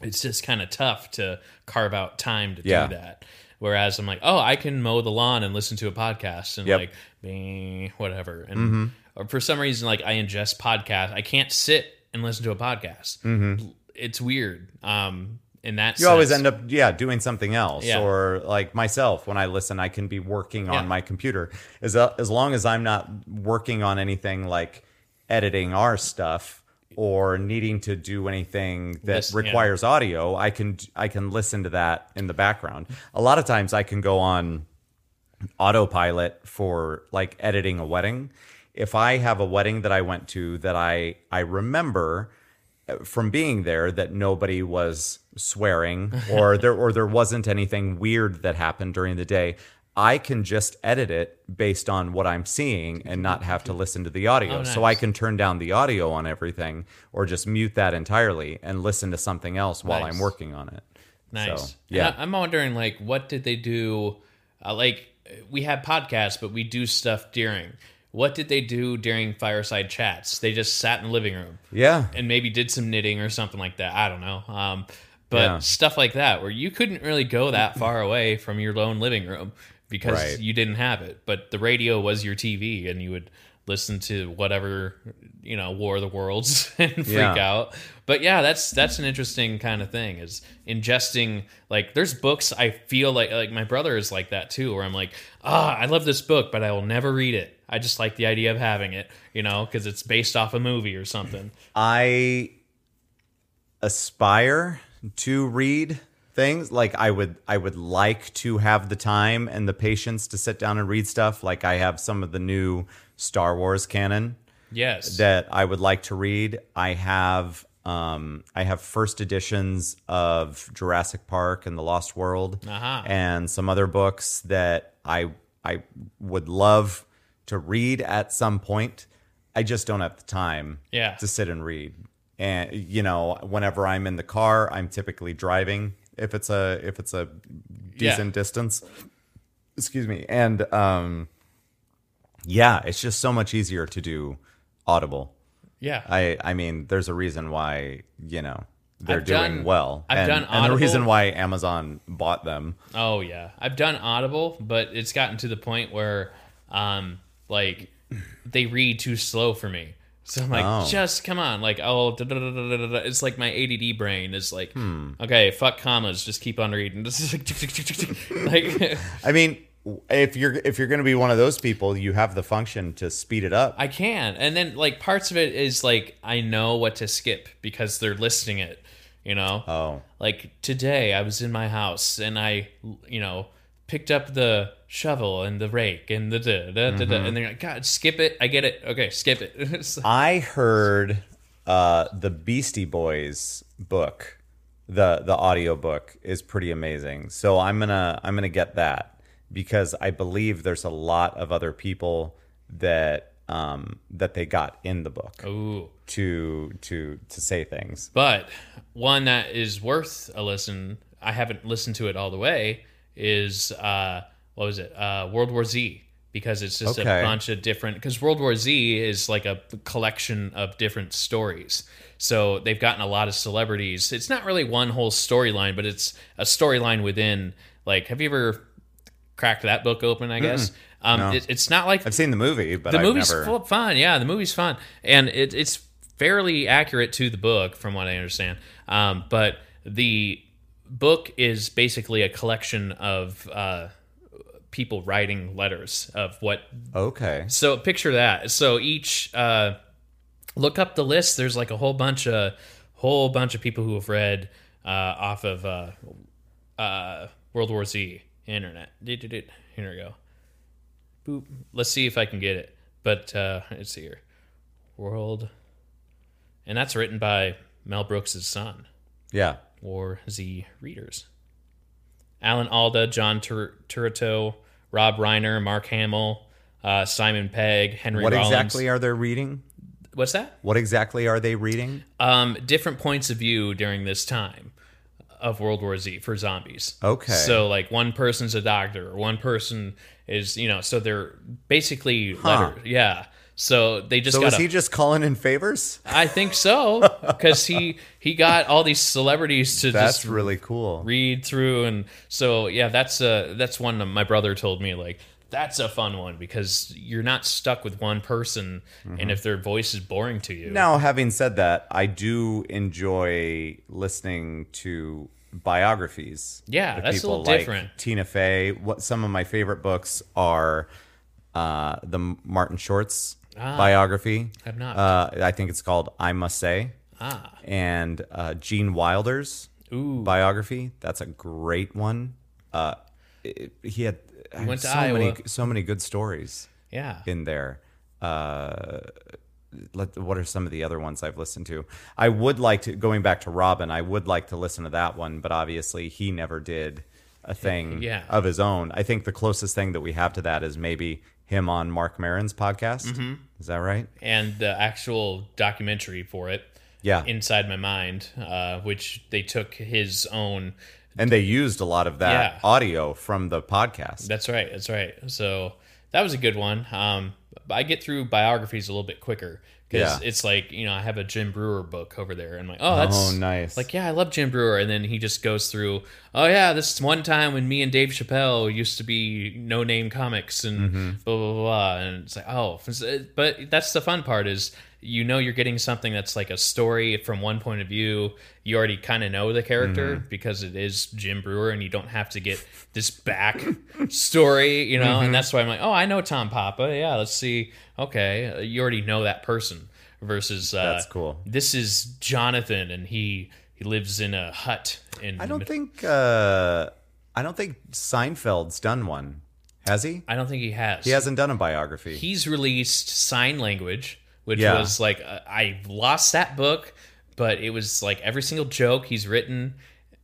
S2: it's just kind of tough to carve out time to
S1: Yeah.
S2: do that. Whereas I'm like, oh, I can mow the lawn and listen to a podcast and
S1: Yep. Mm-hmm.
S2: like, eh, whatever. And or for some reason, like I ingest podcasts. I can't sit and listen to a podcast. It's weird. Um, in that
S1: Mm-hmm. you always end up yeah doing something else
S2: Yeah.
S1: or like myself when i listen i can be working
S2: Yeah.
S1: on my computer as, uh, as long as i'm not working on anything like editing our stuff or needing to do anything that
S2: Listen, yeah.
S1: requires audio i can i can listen to that in the background a lot of times i can go on autopilot for like editing a wedding. If I have a wedding that I went to that I I remember uh, from being there that nobody was swearing or there or there wasn't anything weird that happened during the day, I can just edit it based on what I'm seeing and not have to listen to the audio.
S2: Oh,
S1: So
S2: nice.
S1: I can turn down the audio on everything or just mute that entirely and listen to something else while
S2: Nice.
S1: I'm working on it.
S2: Nice.
S1: So,
S2: yeah.
S1: yeah.
S2: I, am wondering, like, what did they do? Uh, like, we have podcasts, but we do stuff during. What did they do during fireside chats? They just sat in the living room
S1: Yeah.
S2: and maybe did some knitting or something like that. I don't know. Um, but
S1: Yeah.
S2: stuff like that, where you couldn't really go that far away from your lone living room because
S1: Right.
S2: you didn't have it. But the radio was your TV, and you would listen to whatever you know, War of the Worlds, and freak
S1: Yeah.
S2: out. But yeah, that's that's an interesting kind of thing is ingesting. Like, there's books I feel like like my brother is like that too, where I'm like, ah, I love this book, but I will never read it. I just like the idea of having it, you know, because it's based off a movie or something.
S1: I aspire to read things like I would I would like to have the time and the patience to sit down and read stuff like I have some of the new Star Wars canon
S2: Yes.
S1: that I would like to read. I have um I have first editions of Jurassic Park and The Lost World
S2: Aha.
S1: and some other books that I I would love to read at some point. I just don't have the time
S2: Yeah.
S1: to sit and read. And you know, whenever I'm in the car, I'm typically driving if it's a if it's a decent distance. Excuse me. And um yeah, it's just so much easier to do audible.
S2: yeah.
S1: I I mean, there's a reason why, you know, they're
S2: I've
S1: doing
S2: done-
S1: well.
S2: I've
S1: and,
S2: done
S1: and the reason
S2: Audible.
S1: why Amazon bought them.
S2: oh yeah. I've done Audible, but it's gotten to the point where um like they read too slow for me. So I'm like,
S1: Oh.
S2: just come on, like oh, da, da, da, da, da, da. it's like my ADD brain is like,
S1: Hmm.
S2: okay, fuck commas, just keep on reading. This is like, tick, tick, tick, tick, tick. like
S1: I mean, if you're if you're going to be one of those people, you have the function to speed it up.
S2: I can, and then like parts of it is like I know what to skip because they're listing it, you know.
S1: oh,
S2: like today i was in my house and i you know picked up the shovel and the rake and the da, da, da, da, and they're like god skip it i get it okay skip it It's like-
S1: I heard uh, the Beastie Boys book. the The audio book is pretty amazing. So I'm gonna I'm gonna get that because I believe there's a lot of other people that um, that they got in the book
S2: ooh
S1: to to to say things.
S2: but one that is worth a listen i haven't listened to it all the way is uh what was it uh world war z because it's just
S1: Okay.
S2: a bunch of different because world war z is like a collection of different stories so they've gotten a lot of celebrities it's not really one whole storyline but it's a storyline within like have you ever cracked that book open i guess um it, it's not like
S1: I've seen the movie, but
S2: the
S1: I've
S2: movie's
S1: never.
S2: full fun. Yeah, the movie's fun, and it, it's fairly accurate to the book, from what I understand. Um, but the book is basically a collection of uh, people writing letters of what.
S1: okay.
S2: So picture that. So each uh, look up the list. There's like a whole bunch of whole bunch of people who have read uh, off of uh, uh, World War Z internet. Dee-dee-dee. Here we go. Boop. Let's see if I can get it. But uh, it's here. World, and that's written by Mel Brooks' son,
S1: Yeah.
S2: War Z readers. Alan Alda, John Tur- Turturro, Rob Reiner, Mark Hamill, uh, Simon Pegg, Henry
S1: What
S2: Rollins.
S1: exactly are they reading?
S2: What's that?
S1: What exactly are they reading?
S2: um, different points of view during this time of World War Z for zombies.
S1: Okay.
S2: So like one person's a doctor, or one person is you know, so they're basically letters. Yeah. So they just
S1: So
S2: got.
S1: is
S2: A,
S1: he just calling in favors?
S2: I think so because he he got all these celebrities to
S1: That's
S2: just
S1: really cool.
S2: read through and so yeah that's uh that's one that my brother told me like that's a fun one because you're not stuck with one person
S1: Mm-hmm.
S2: and if their voice is boring to you
S1: Now, having said that, I do enjoy listening to biographies.
S2: Yeah,
S1: of
S2: that's a
S1: people
S2: little
S1: like
S2: different.
S1: Tina Fey. What some of my favorite books are uh, the Martin Short's biography.
S2: Ah, I've not.
S1: Uh, I think it's called I Must Say,
S2: ah
S1: and uh, Gene Wilder's
S2: ooh
S1: biography. That's a great one. Uh, it- he had I
S2: went to
S1: so many
S2: Iowa.
S1: so many good stories
S2: yeah
S1: in there. Uh, let, what are some of the other ones I've listened to? I would like to going back to Robin. I would like to listen to that one, but obviously he never did a thing
S2: Yeah.
S1: of his own. I think the closest thing that we have to that is maybe him on Mark Marin's podcast.
S2: Mm-hmm.
S1: Is that right?
S2: and the actual documentary for it,
S1: Yeah,
S2: Inside My Mind, uh, which they took his own.
S1: and they used a lot of that
S2: Yeah.
S1: audio from the podcast.
S2: That's right. That's right. So that was a good one. Um, I get through biographies a little bit quicker because
S1: Yeah.
S2: it's like you know I have a Jim Brewer book over there, and I'm like, oh, that's
S1: oh, nice.
S2: Like, yeah, I love Jim Brewer. And then he just goes through, oh, yeah, this one time when me and Dave Chappelle used to be no name comics and
S1: Mm-hmm.
S2: blah, blah, blah. And it's like, oh, but that's the fun part is you know you're getting something that's like a story from one point of view. You already kind of know the character
S1: Mm-hmm.
S2: because it is Jim Brewer and you don't have to get this back story, you know?
S1: Mm-hmm.
S2: And that's why I'm like, oh, I know Tom Papa. Yeah, let's see. Okay. You already know that person versus uh,
S1: That's cool.
S2: this is Jonathan, and he he lives in a hut. In
S1: I don't think uh, I don't think Seinfeld's done one. Has he?
S2: I don't think he has.
S1: He hasn't done a biography.
S2: He's released Sign Language, which
S1: Yeah.
S2: was like uh, I lost that book, but it was like every single joke he's written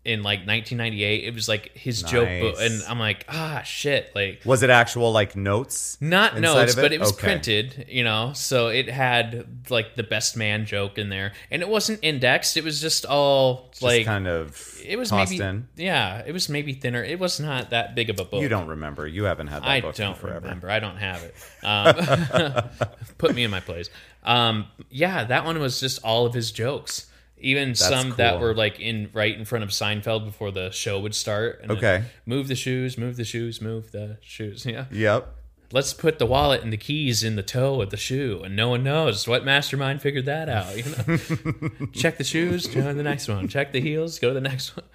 S2: in like 1998. It was like his joke book,
S1: Nice.
S2: and I'm like, ah, shit, like.
S1: Was it actual like notes?
S2: Not
S1: inside
S2: notes,
S1: of
S2: but it was
S1: Okay.
S2: printed, you know, so it had like the best man joke in there. And it wasn't indexed, it was just all
S1: Just
S2: like
S1: kind of
S2: it was
S1: tossed
S2: maybe
S1: in.
S2: yeah it was maybe thinner it was not that big of a book
S1: You don't remember. You haven't had that
S2: i
S1: book in
S2: don't
S1: forever.
S2: remember i don't have it um, put me in my place um, yeah that one was just all of his jokes even some that
S1: cool.
S2: were like in right in front of seinfeld before the show would start and then,
S1: Okay.
S2: move the shoes move the shoes move the shoes yeah
S1: Yep.
S2: let's put the wallet and the keys in the toe of the shoe, and no one knows what mastermind figured that out. You know, check the shoes, go to the next one. Check the heels, go to the next one.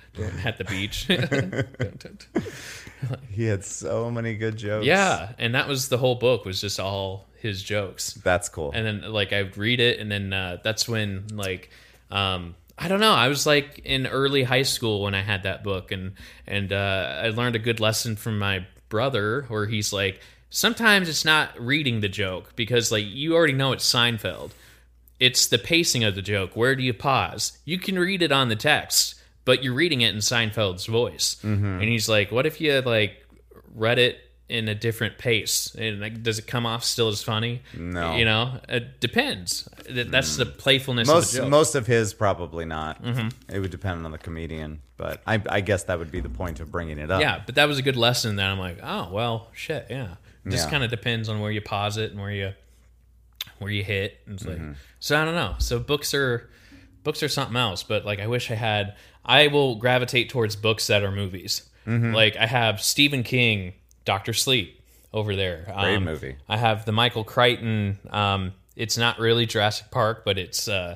S2: At the beach.
S1: He had so many good jokes.
S2: yeah, and that was the whole book was just all his jokes.
S1: That's cool.
S2: and then like I would read it, and then uh, that's when like um, I don't know. I was like in early high school when I had that book, and and uh, I learned a good lesson from my brother, where he's like, sometimes it's not reading the joke because like you already know it's Seinfeld. It's the pacing of the joke. Where do you pause? You can read it on the text, but you're reading it in Seinfeld's voice.
S1: Mm-hmm.
S2: And he's like, "What if you like read it in a different pace? And like, does it come off still as funny?
S1: No. Mm.
S2: you know, it depends. Th- That's the playfulness
S1: most
S2: of the joke. Mm-hmm.
S1: most of his probably not. It would depend on the comedian, but I, I guess that would be the point of bringing it up.
S2: yeah, but that was a good lesson. That I'm like, oh well, shit, yeah. It just
S1: Yeah.
S2: kind of depends on where you pause it and where you where you hit. And it's
S1: Mm-hmm.
S2: like, so I don't know. So books are books are something else. But like, I wish I had. I will gravitate towards books that are movies.
S1: Mm-hmm.
S2: Like I have Stephen King, Doctor Sleep over there. Um,
S1: Great movie.
S2: I have the Michael Crichton. Um, it's not really Jurassic Park, but it's uh,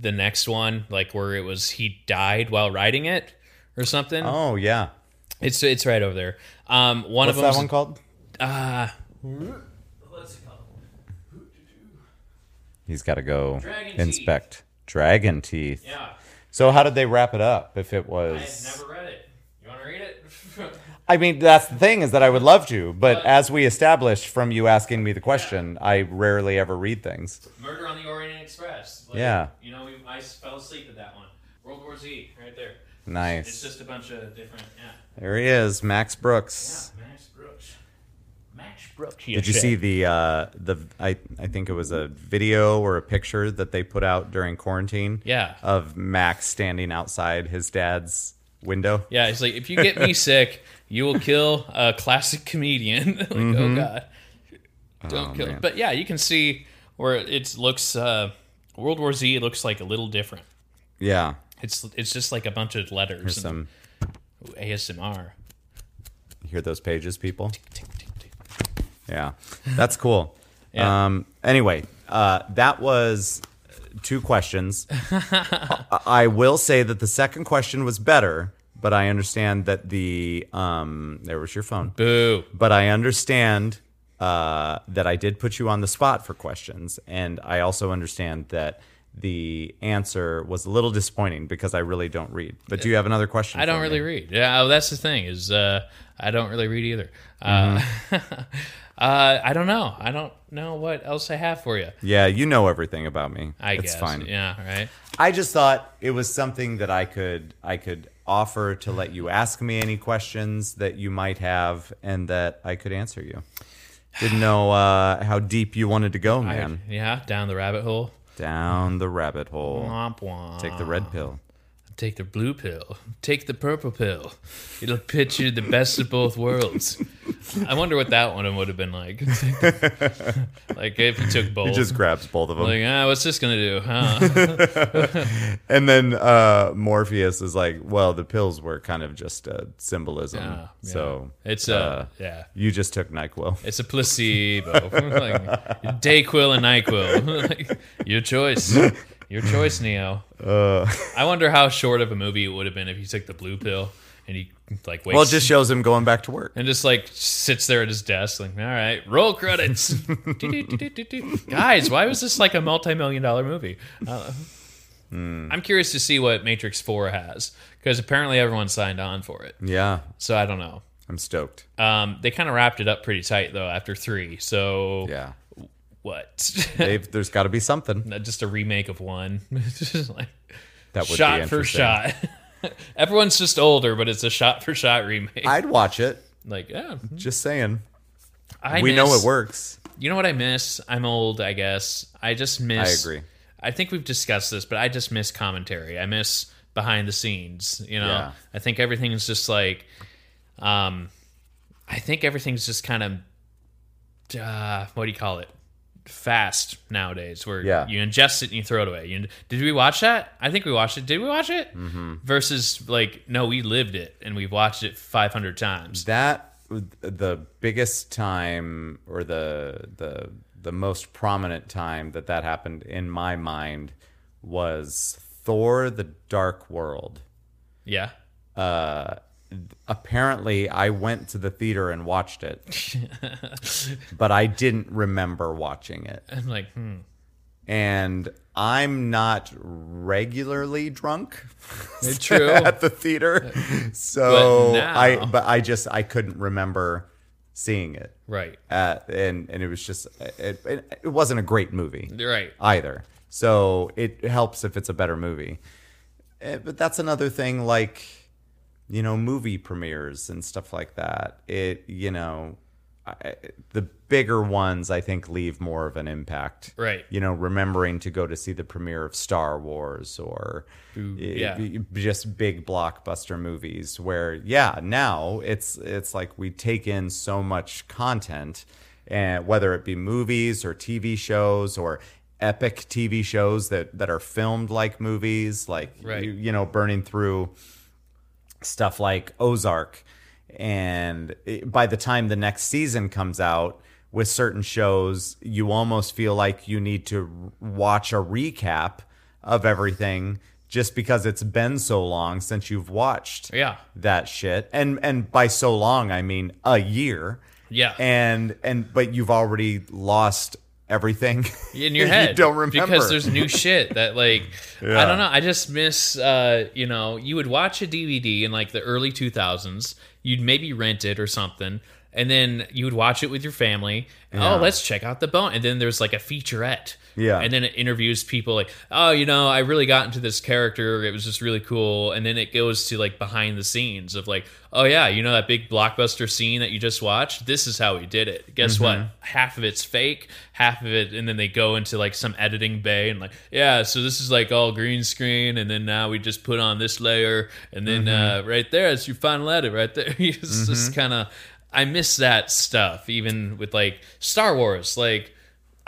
S2: the next one, like where it was he died while riding it or something.
S1: Oh yeah.
S2: It's it's right over there. Um, one
S1: What's
S2: of them.
S1: that one called?
S2: Uh,
S1: He's got to go
S2: Dragon Teeth.
S1: inspect Dragon Teeth.
S2: yeah,
S1: So how did they wrap it up? If it
S2: I
S1: was,
S2: have never read it. You want to read it?
S1: I mean, that's the thing is that I would love to, but as we established from you asking me the question, I rarely ever read things.
S2: Murder on the Orient Express. Like,
S1: Yeah.
S2: You know, we, I fell asleep at that one. World War Z, right there. It's
S1: Nice.
S2: just a bunch of different. Yeah.
S1: There he is, Max
S2: Yeah.
S1: Brooks.
S2: Max Brooks. Max Brooks.
S1: Did you see the uh, the I I think it was a video or a picture that they put out during quarantine?
S2: Yeah.
S1: Of Max standing outside his dad's window.
S2: Yeah, it's like if you get me sick, you will kill a classic comedian. like, oh god, don't
S1: Mm-hmm. Oh,
S2: kill.
S1: man.
S2: But yeah, you can see where it looks. Uh, World War Z looks like a little different.
S1: Yeah.
S2: It's it's just like a bunch of
S1: Here's
S2: letters. and-
S1: some.
S2: Ooh, ASMR.
S1: You hear those pages, people?
S2: Tick, tick, tick.
S1: Yeah, that's cool.
S2: Yeah.
S1: Um, anyway, uh, that was two questions. I, I will say that the second question was better, but I understand that the um, there was your phone.
S2: Boo.
S1: But I understand uh, that I did put you on the spot for questions, and I also understand that the answer was a little disappointing because I really don't read. But do you have another question?
S2: I don't
S1: for
S2: really
S1: me?
S2: read. Yeah, oh, that's the thing is uh, I don't really read either. Uh,
S1: Mm-hmm.
S2: uh, I don't know. I don't know what else I have for you.
S1: Yeah, you know everything about me.
S2: I
S1: it's
S2: guess.
S1: fine.
S2: Yeah. Right.
S1: I just thought it was something that I could I could offer to let you ask me any questions that you might have and that I could answer you. Didn't know uh, how deep you wanted to go, man.
S2: Yeah. Down the rabbit hole.
S1: Down the rabbit hole.
S2: Womp womp.
S1: Take the red pill.
S2: Take the blue pill. Take the purple pill. It'll pitch you the best of both worlds. I wonder what that one would have been like. like if you took both.
S1: He just grabs both of them.
S2: like, ah, what's this gonna do? Huh?
S1: and then uh, Morpheus is like, well, the pills were kind of just a symbolism.
S2: Yeah, yeah.
S1: So
S2: it's a
S1: uh,
S2: yeah,
S1: you just took NyQuil.
S2: it's a placebo. like, Dayquil and Nyquil, like, your choice, your choice, Neo.
S1: Uh.
S2: I wonder how short of a movie it would have been if you took the blue pill and he like wakes
S1: Well, it just shows him going back to work.
S2: and just like sits there at his desk, like, all right, roll credits. Do-do-do-do-do-do. Guys, why was this like a multi-million dollar movie? Uh,
S1: Hmm.
S2: I'm curious to see what Matrix Four has because apparently everyone signed on for it.
S1: Yeah,
S2: So I don't know.
S1: I'm stoked.
S2: Um, they kind of wrapped it up pretty tight though after three. So
S1: Yeah,
S2: what?
S1: Dave, there's got to be something.
S2: just a remake of one, just like
S1: That would be
S2: shot for
S1: interesting.
S2: shot. Everyone's just older, but it's a shot for shot remake.
S1: I'd watch it.
S2: like, yeah,
S1: Just saying.
S2: I
S1: we know
S2: miss-
S1: it works.
S2: You know what I miss? I'm old, I guess. I just
S1: I
S2: miss.
S1: agree.
S2: I think we've discussed this, but I just miss commentary. I miss behind the scenes. You know,
S1: Yeah.
S2: I think everything's just like, um, I think everything's just kind of, uh, what do you call it? Fast nowadays, where
S1: Yeah.
S2: you ingest it and you throw it away. You, did we watch that? I think we watched it. Did we watch it? Mm-hmm. Versus like, no, we lived it and we've watched it 500 times.
S1: That the biggest time or the the the most prominent time that that happened in my mind was Thor: The Dark World.
S2: Yeah.
S1: Uh, apparently, I went to the theater and watched it, but I didn't remember watching it.
S2: I'm like, hmm.
S1: And I'm not regularly drunk
S2: It's Eh, true.
S1: at the theater, so
S2: But now-
S1: I but I just I couldn't remember seeing it,
S2: Right.
S1: uh, and and it was just it, it, it wasn't a great movie
S2: Right.
S1: either. So it helps if it's a better movie. Eh, But that's another thing, like you know, movie premieres and stuff like that. It you know, I, the bigger ones I think leave more of an impact.
S2: Right.
S1: You know, remembering to go to see the premiere of Star Wars or
S2: Ooh,
S1: eh,
S2: yeah.
S1: b- just big blockbuster movies. Where yeah, now it's it's like we take in so much content, and whether it be movies or TV shows or epic TV shows that that are filmed like movies, like
S2: Right.
S1: you, you know, burning through stuff like Ozark. And it- by the time the next season comes out, with certain shows, you almost feel like you need to watch a recap of everything just because it's been so long since you've watched
S2: Yeah.
S1: that shit. And and by so long, I mean a year.
S2: Yeah.
S1: And and but you've already lost everything
S2: in your head.
S1: you don't remember
S2: because there's new shit that like I don't know. I just miss uh, you know you would watch a DVD in like the early 2000s. You'd maybe rent it or something, and then you would watch it with your family. Oh, let's check out the bone. And then there's like a featurette.
S1: Yeah.
S2: And then it interviews people like, oh, you know, I really got into this character. It was just really cool. And then it goes to like behind the scenes of like, oh yeah, you know that big blockbuster scene that you just watched. This is how we did it. Guess what? Half of it's fake, half of it, and then they go into like some editing bay and like, yeah, so this is like all green screen, and then now we just put on this layer, and then uh, right there is your final edit right there. it's just kind of. I miss that stuff, even with like Star Wars, like.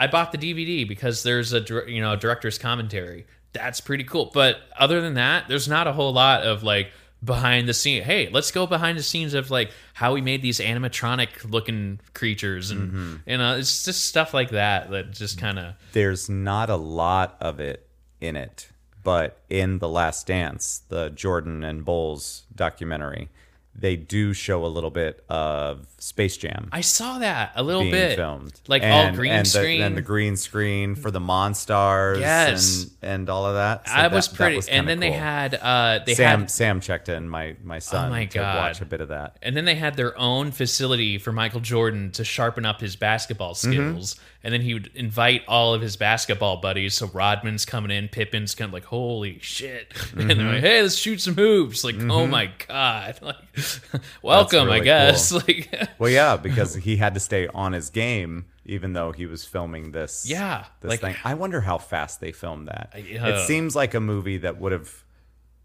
S2: I bought the DVD because there's a dir- you know director's commentary. That's pretty cool. But other than that, there's not a whole lot of like behind the scene. Hey, let's go behind the scenes of like how we made these animatronic looking creatures and
S1: Mm-hmm.
S2: you know it's just stuff like that that just
S1: Mm.
S2: kind of
S1: there's not a lot of it in it, but in The Last Dance, the Jordan and Bowles documentary, they do show a little bit of Space Jam
S2: I saw that a little
S1: being
S2: bit
S1: filmed,
S2: like all
S1: And-
S2: green
S1: and
S2: screen.
S1: the, and the green screen for the Monstars,
S2: Yes.
S1: and, and all of that. So
S2: I
S1: that-
S2: was
S1: that
S2: pretty, and
S1: kinda
S2: then they
S1: cool.
S2: had uh they
S1: Sam.
S2: had Oh
S1: Sam checked in my my son
S2: my
S1: to
S2: God.
S1: watch a bit of that.
S2: And then they had their own facility for Michael Jordan to sharpen up his basketball
S1: Mm-hmm.
S2: skills. And then he would invite all of his basketball buddies. So Rodman's coming in, Pippen's kind of like, holy shit. And
S1: Mm-hmm.
S2: they're like, hey, let's shoot some hoops. Like, oh my God. Like, welcome, I
S1: really
S2: guess.
S1: cool.
S2: Like,
S1: Well, yeah, because he had to stay on his game, even though he was filming this.
S2: Yeah,
S1: this
S2: like- uh,
S1: thing. I wonder how fast they filmed that.
S2: Yeah.
S1: It seems like a movie that would have,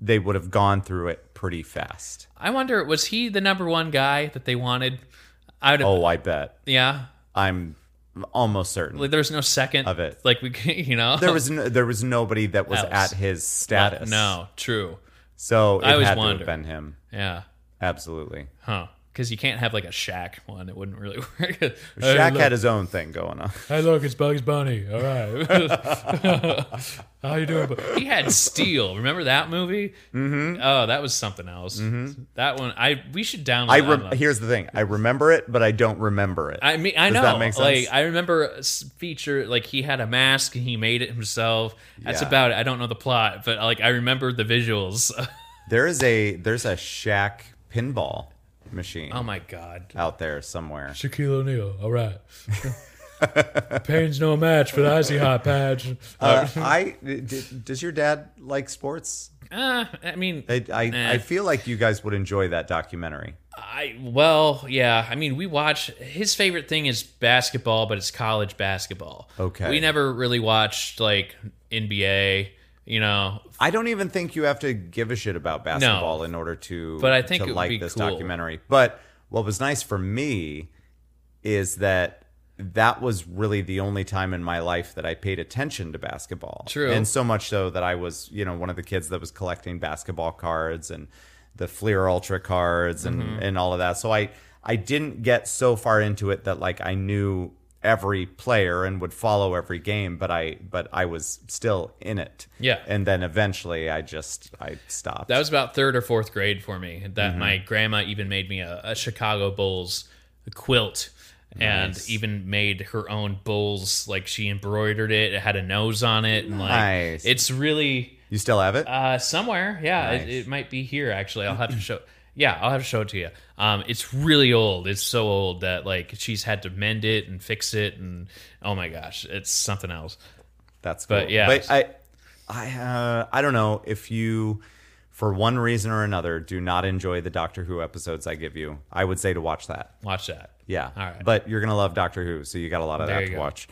S1: they would have gone through it pretty fast.
S2: I wonder, was he the number one guy that they wanted? I would,
S1: Oh, I bet.
S2: yeah.
S1: I'm almost certain
S2: Like, there was no second
S1: Of it.
S2: Like, we, you know,
S1: there was no, there was nobody that was
S2: Else.
S1: at his status.
S2: no, true.
S1: so it
S2: I always
S1: had
S2: wondered.
S1: to have been him.
S2: Yeah.
S1: Absolutely.
S2: Huh. Because you can't have like a Shaq one. It wouldn't really work. Hey,
S1: Shaq
S2: look.
S1: had his own thing going on.
S2: Hey, look, it's Bugs Bunny. All right. How you doing? He had Steel. Remember that movie? Mm-hmm. Oh, that was something else. That one, I we should download.
S1: Mm-hmm. I
S2: that
S1: rem-
S2: one.
S1: here's the thing. I remember it, but I don't remember it.
S2: I mean, I know.
S1: Does that make sense?
S2: Like, I remember a s- feature like he had a mask and he made it himself. That's
S1: Yeah.
S2: about it. I don't know the plot, but like I remember the visuals.
S1: there is a there's a Shaq pinball machine.
S2: oh my god.
S1: out there somewhere.
S3: Shaquille O'Neal. All right. Payne's no match for the icy hot patch.
S1: Uh, I did, does your dad like sports?
S2: Uh, I mean,
S1: I I,
S2: Nah.
S1: I feel like you guys would enjoy that documentary.
S2: I well, yeah. I mean, we watch his favorite thing is basketball, but it's college basketball.
S1: Okay.
S2: We never really watched like NBA, you know.
S1: I don't even think you have to give a shit about basketball in order to
S2: But I think
S1: to
S2: it would
S1: like
S2: be
S1: this
S2: cool.
S1: documentary. But what was nice for me is that that was really the only time in my life that I paid attention to basketball.
S2: True.
S1: And so much so that I was, you know, one of the kids that was
S2: Mm-hmm.
S1: collecting basketball cards and the Fleer Ultra cards and and all of that. So I I didn't get so far into it that like I knew every player and would follow every game, but I but I was still in it.
S2: Yeah.
S1: And then eventually I just I stopped.
S2: That was about third or fourth grade for me. That my
S1: Mm-hmm.
S2: grandma even made me a, a Chicago Bulls quilt and even made her own bulls. Like she embroidered it. It had a nose on it. And like
S1: Nice.
S2: it's really
S1: you still have it?
S2: uh, somewhere. Yeah, it,
S1: Nice.
S2: it might be here actually. I'll have to show. Yeah, I'll have to show it to you. Um, it's really old. It's so old that like she's had to mend it and fix it, and oh my gosh, it's something else.
S1: That's cool.
S2: But, yeah.
S1: But I I uh, I don't know if you for one reason or another do not enjoy the Doctor Who episodes I give you. I would say to watch that.
S2: Watch that.
S1: Yeah.
S2: All right.
S1: But you're going to love Doctor Who, so you got a lot of
S2: There
S1: that
S2: you
S1: to
S2: go.
S1: watch.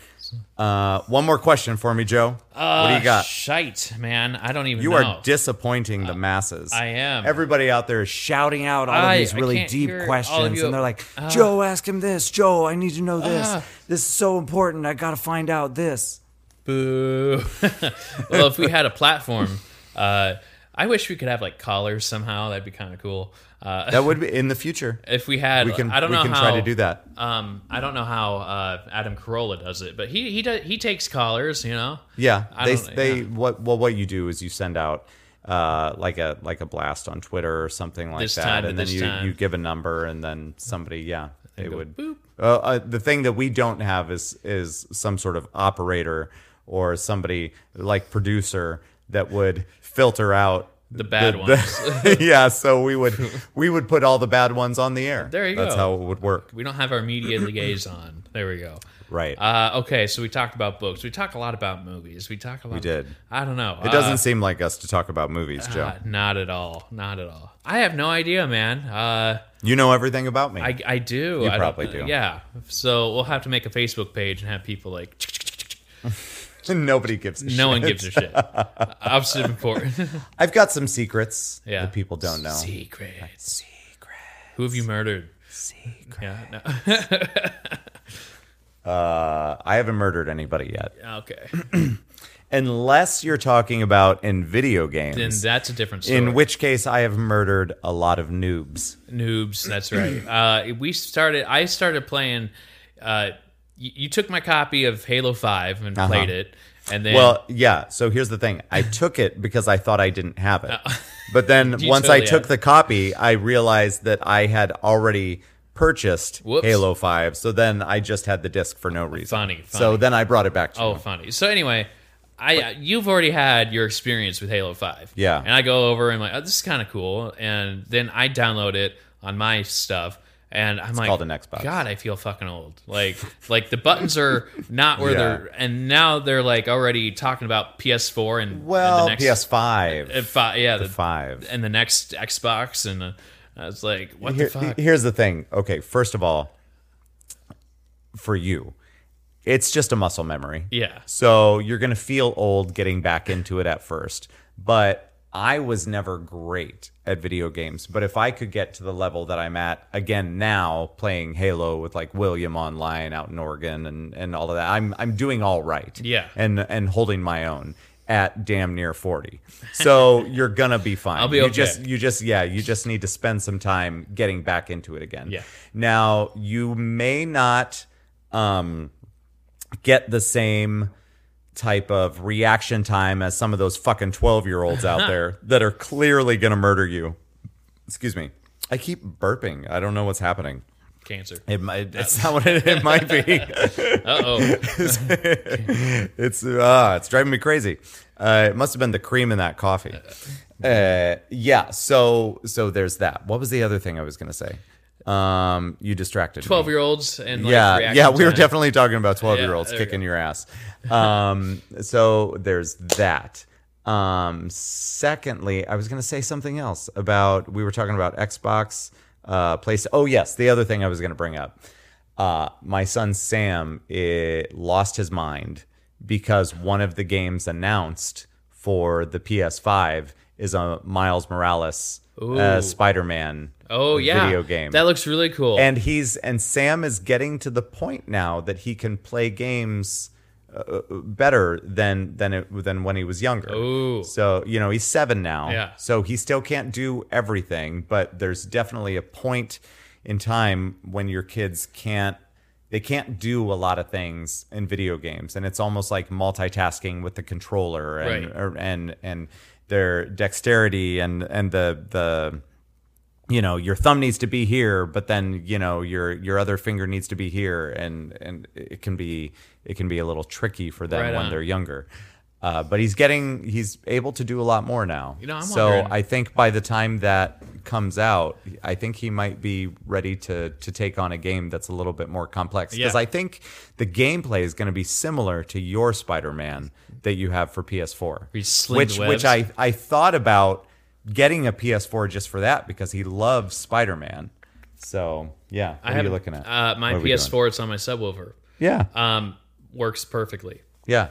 S1: Uh, one more question for me, Joe. what do
S2: Uh,
S1: you got?
S2: Shite, man. I don't even.
S1: you
S2: know.
S1: are disappointing the masses.
S2: Uh, I am.
S1: Everybody out there is shouting out all
S2: I-
S1: of these
S2: I
S1: really
S2: can't
S1: deep
S2: hear all of
S1: questions,
S2: you. Uh.
S1: and they're like, "Joe, ask him this. Joe, I need to know this.
S2: Ah.
S1: this is so important. I got to find out this."
S2: Boo. well, if we had a platform, uh, I wish we could have like collars somehow. That'd be kind of cool. Uh,
S1: That would be in the future.
S2: if we had,
S1: We can.
S2: Uh, I don't
S1: we
S2: know
S1: can
S2: how
S1: try to do that.
S2: Um, I don't know how uh, Adam Carolla does it, but he he does, he takes collars, you know.
S1: Yeah,
S2: I
S1: they
S2: don't-
S1: they
S2: yeah.
S1: what well what you do is you send out uh like a like a blast on Twitter or something like
S2: This
S1: that,
S2: time to
S1: and then
S2: this
S1: you
S2: time.
S1: you give a number and then somebody yeah they
S2: go
S1: would.
S2: boop.
S1: Uh, uh, the thing that we don't have is is some sort of operator or somebody like producer that would filter out.
S2: The bad
S1: ones, yeah. So we would we would put all the bad ones on the air.
S2: There you
S1: That's
S2: go.
S1: how it would work,
S2: We don't have our media liaison. There we go.
S1: right?
S2: Uh, okay, so we talked about books. We talk a lot about movies. We talk about. We
S1: did.
S2: I don't know. Uh,
S1: it doesn't seem like us to talk about movies, Joe.
S2: not at all. Not at all. I have no idea, man. Uh,
S1: you know everything about me.
S2: I, I do.
S1: You
S2: I don't-
S1: probably do.
S2: Yeah. So we'll have to make a Facebook page and have people like,
S1: Nobody gives. A
S2: no one
S1: shit.
S2: gives a shit. Opposite important.
S1: I've got some secrets
S2: Yeah.
S1: that people don't know.
S2: Secrets.
S1: Secret.
S2: Who have you murdered?
S1: Secret.
S2: Yeah.
S1: Uh, I haven't murdered anybody yet.
S2: No. Okay.
S1: Unless you're talking about in video
S2: Then
S1: games,
S2: that's a different story.
S1: in which case I have murdered a lot of noobs.
S2: Noobs. That's right. Uh, we started. I started playing. Uh, you, you took my copy of Halo Five and played it, and then
S1: Uh-huh. Well, yeah. So here's the thing I took it because I thought I didn't have it. But then once I
S2: Oh. totally
S1: took
S2: had
S1: the copy, I realized that I had already purchased
S2: Whoops.
S1: Halo 5. So then I just had the disc for no reason.
S2: Funny,
S1: So
S2: funny.
S1: then I brought it back to
S2: Oh,
S1: you.
S2: funny. So anyway, I uh, you've already had your experience with Halo Five.
S1: Yeah.
S2: And I go over and I'm like, oh, this is kind of cool. And then I download it on my stuff, and I'm like,
S1: called an Xbox.
S2: God, I feel fucking old. Like, like the buttons are not where
S1: Yeah.
S2: they're, and now they're like already talking about PS4 and and
S1: Well,
S2: the next,
S1: PS5.
S2: uh, fi- yeah, the,
S1: 5.
S2: and the next Xbox, and uh, I was like, what
S1: Here-
S2: the fuck?
S1: Here's the thing. Okay, first of all, for you, it's just a muscle memory.
S2: yeah.
S1: So you're going to feel old getting back into it at first. But I was never great at video games. But if I could get to the level that I'm at again now, playing Halo with like William online out in Oregon and, and all of that, I'm I'm doing all right.
S2: Yeah.
S1: And and holding my own at damn near 40. So you're gonna be fine.
S2: I'll be
S1: you
S2: okay.
S1: just you just yeah, you just need to spend some time getting back into it again.
S2: Yeah.
S1: Now you may not um get the same type of reaction time as some of those fucking 12 year olds out there that are clearly going to murder you. Excuse me. I keep burping. I don't know what's happening.
S2: Cancer.
S1: It might, it's not what it, it might be.
S2: Uh oh.
S1: it's uh, it's driving me crazy. Uh, it must have been the cream in that coffee. Uh, yeah. So so there's that. What was the other thing I was gonna say? Um, you distracted. me.
S2: 12 year olds and like
S1: yeah,
S2: reaction
S1: yeah, we were
S2: time.
S1: definitely talking about twelve year olds
S2: Yeah, there you
S1: kicking your ass. Um, so there's that. Um, secondly, I was gonna say something else about we were talking about Xbox, uh, place. Oh yes, the other thing I was gonna bring up. Uh, my son Sam eh, lost his mind because one of the games announced for the PS5 is a Miles Morales uh,
S2: Ooh.
S1: Spider-Man.
S2: Oh yeah,
S1: video game.
S2: That looks really cool.
S1: and he's and Sam is getting to the point now that he can play games uh, better than than it, than when he was younger.
S2: Ooh.
S1: So, you know, he's 7 now.
S2: Yeah.
S1: So he still can't do everything, but there's definitely a point in time when your kids can't they can't do a lot of things in video games and it's almost like multitasking with the controller and
S2: Right.
S1: or, and and their dexterity and and the the you know your thumb needs to be here but then you know your your other finger needs to be here and and it can be it can be a little tricky for them
S2: Right
S1: when
S2: on.
S1: they're younger uh, but he's getting he's able to do a lot more now
S2: You know, I'm
S1: so
S2: wondering-
S1: i think by the time that comes out i think he might be ready to to take on a game that's a little bit more complex because
S2: Yeah.
S1: i think the gameplay is going to be similar to your spider-man that you have for ps4
S2: He's slinged
S1: which
S2: webs.
S1: which I I thought about getting a PS4 just for that because he loves Spider Man. So yeah, what are you
S2: haven't-
S1: looking at?
S2: Uh, my
S1: What are we doing?
S2: PS4. It's on my subwoofer.
S1: Yeah,
S2: Um, works perfectly.
S1: yeah,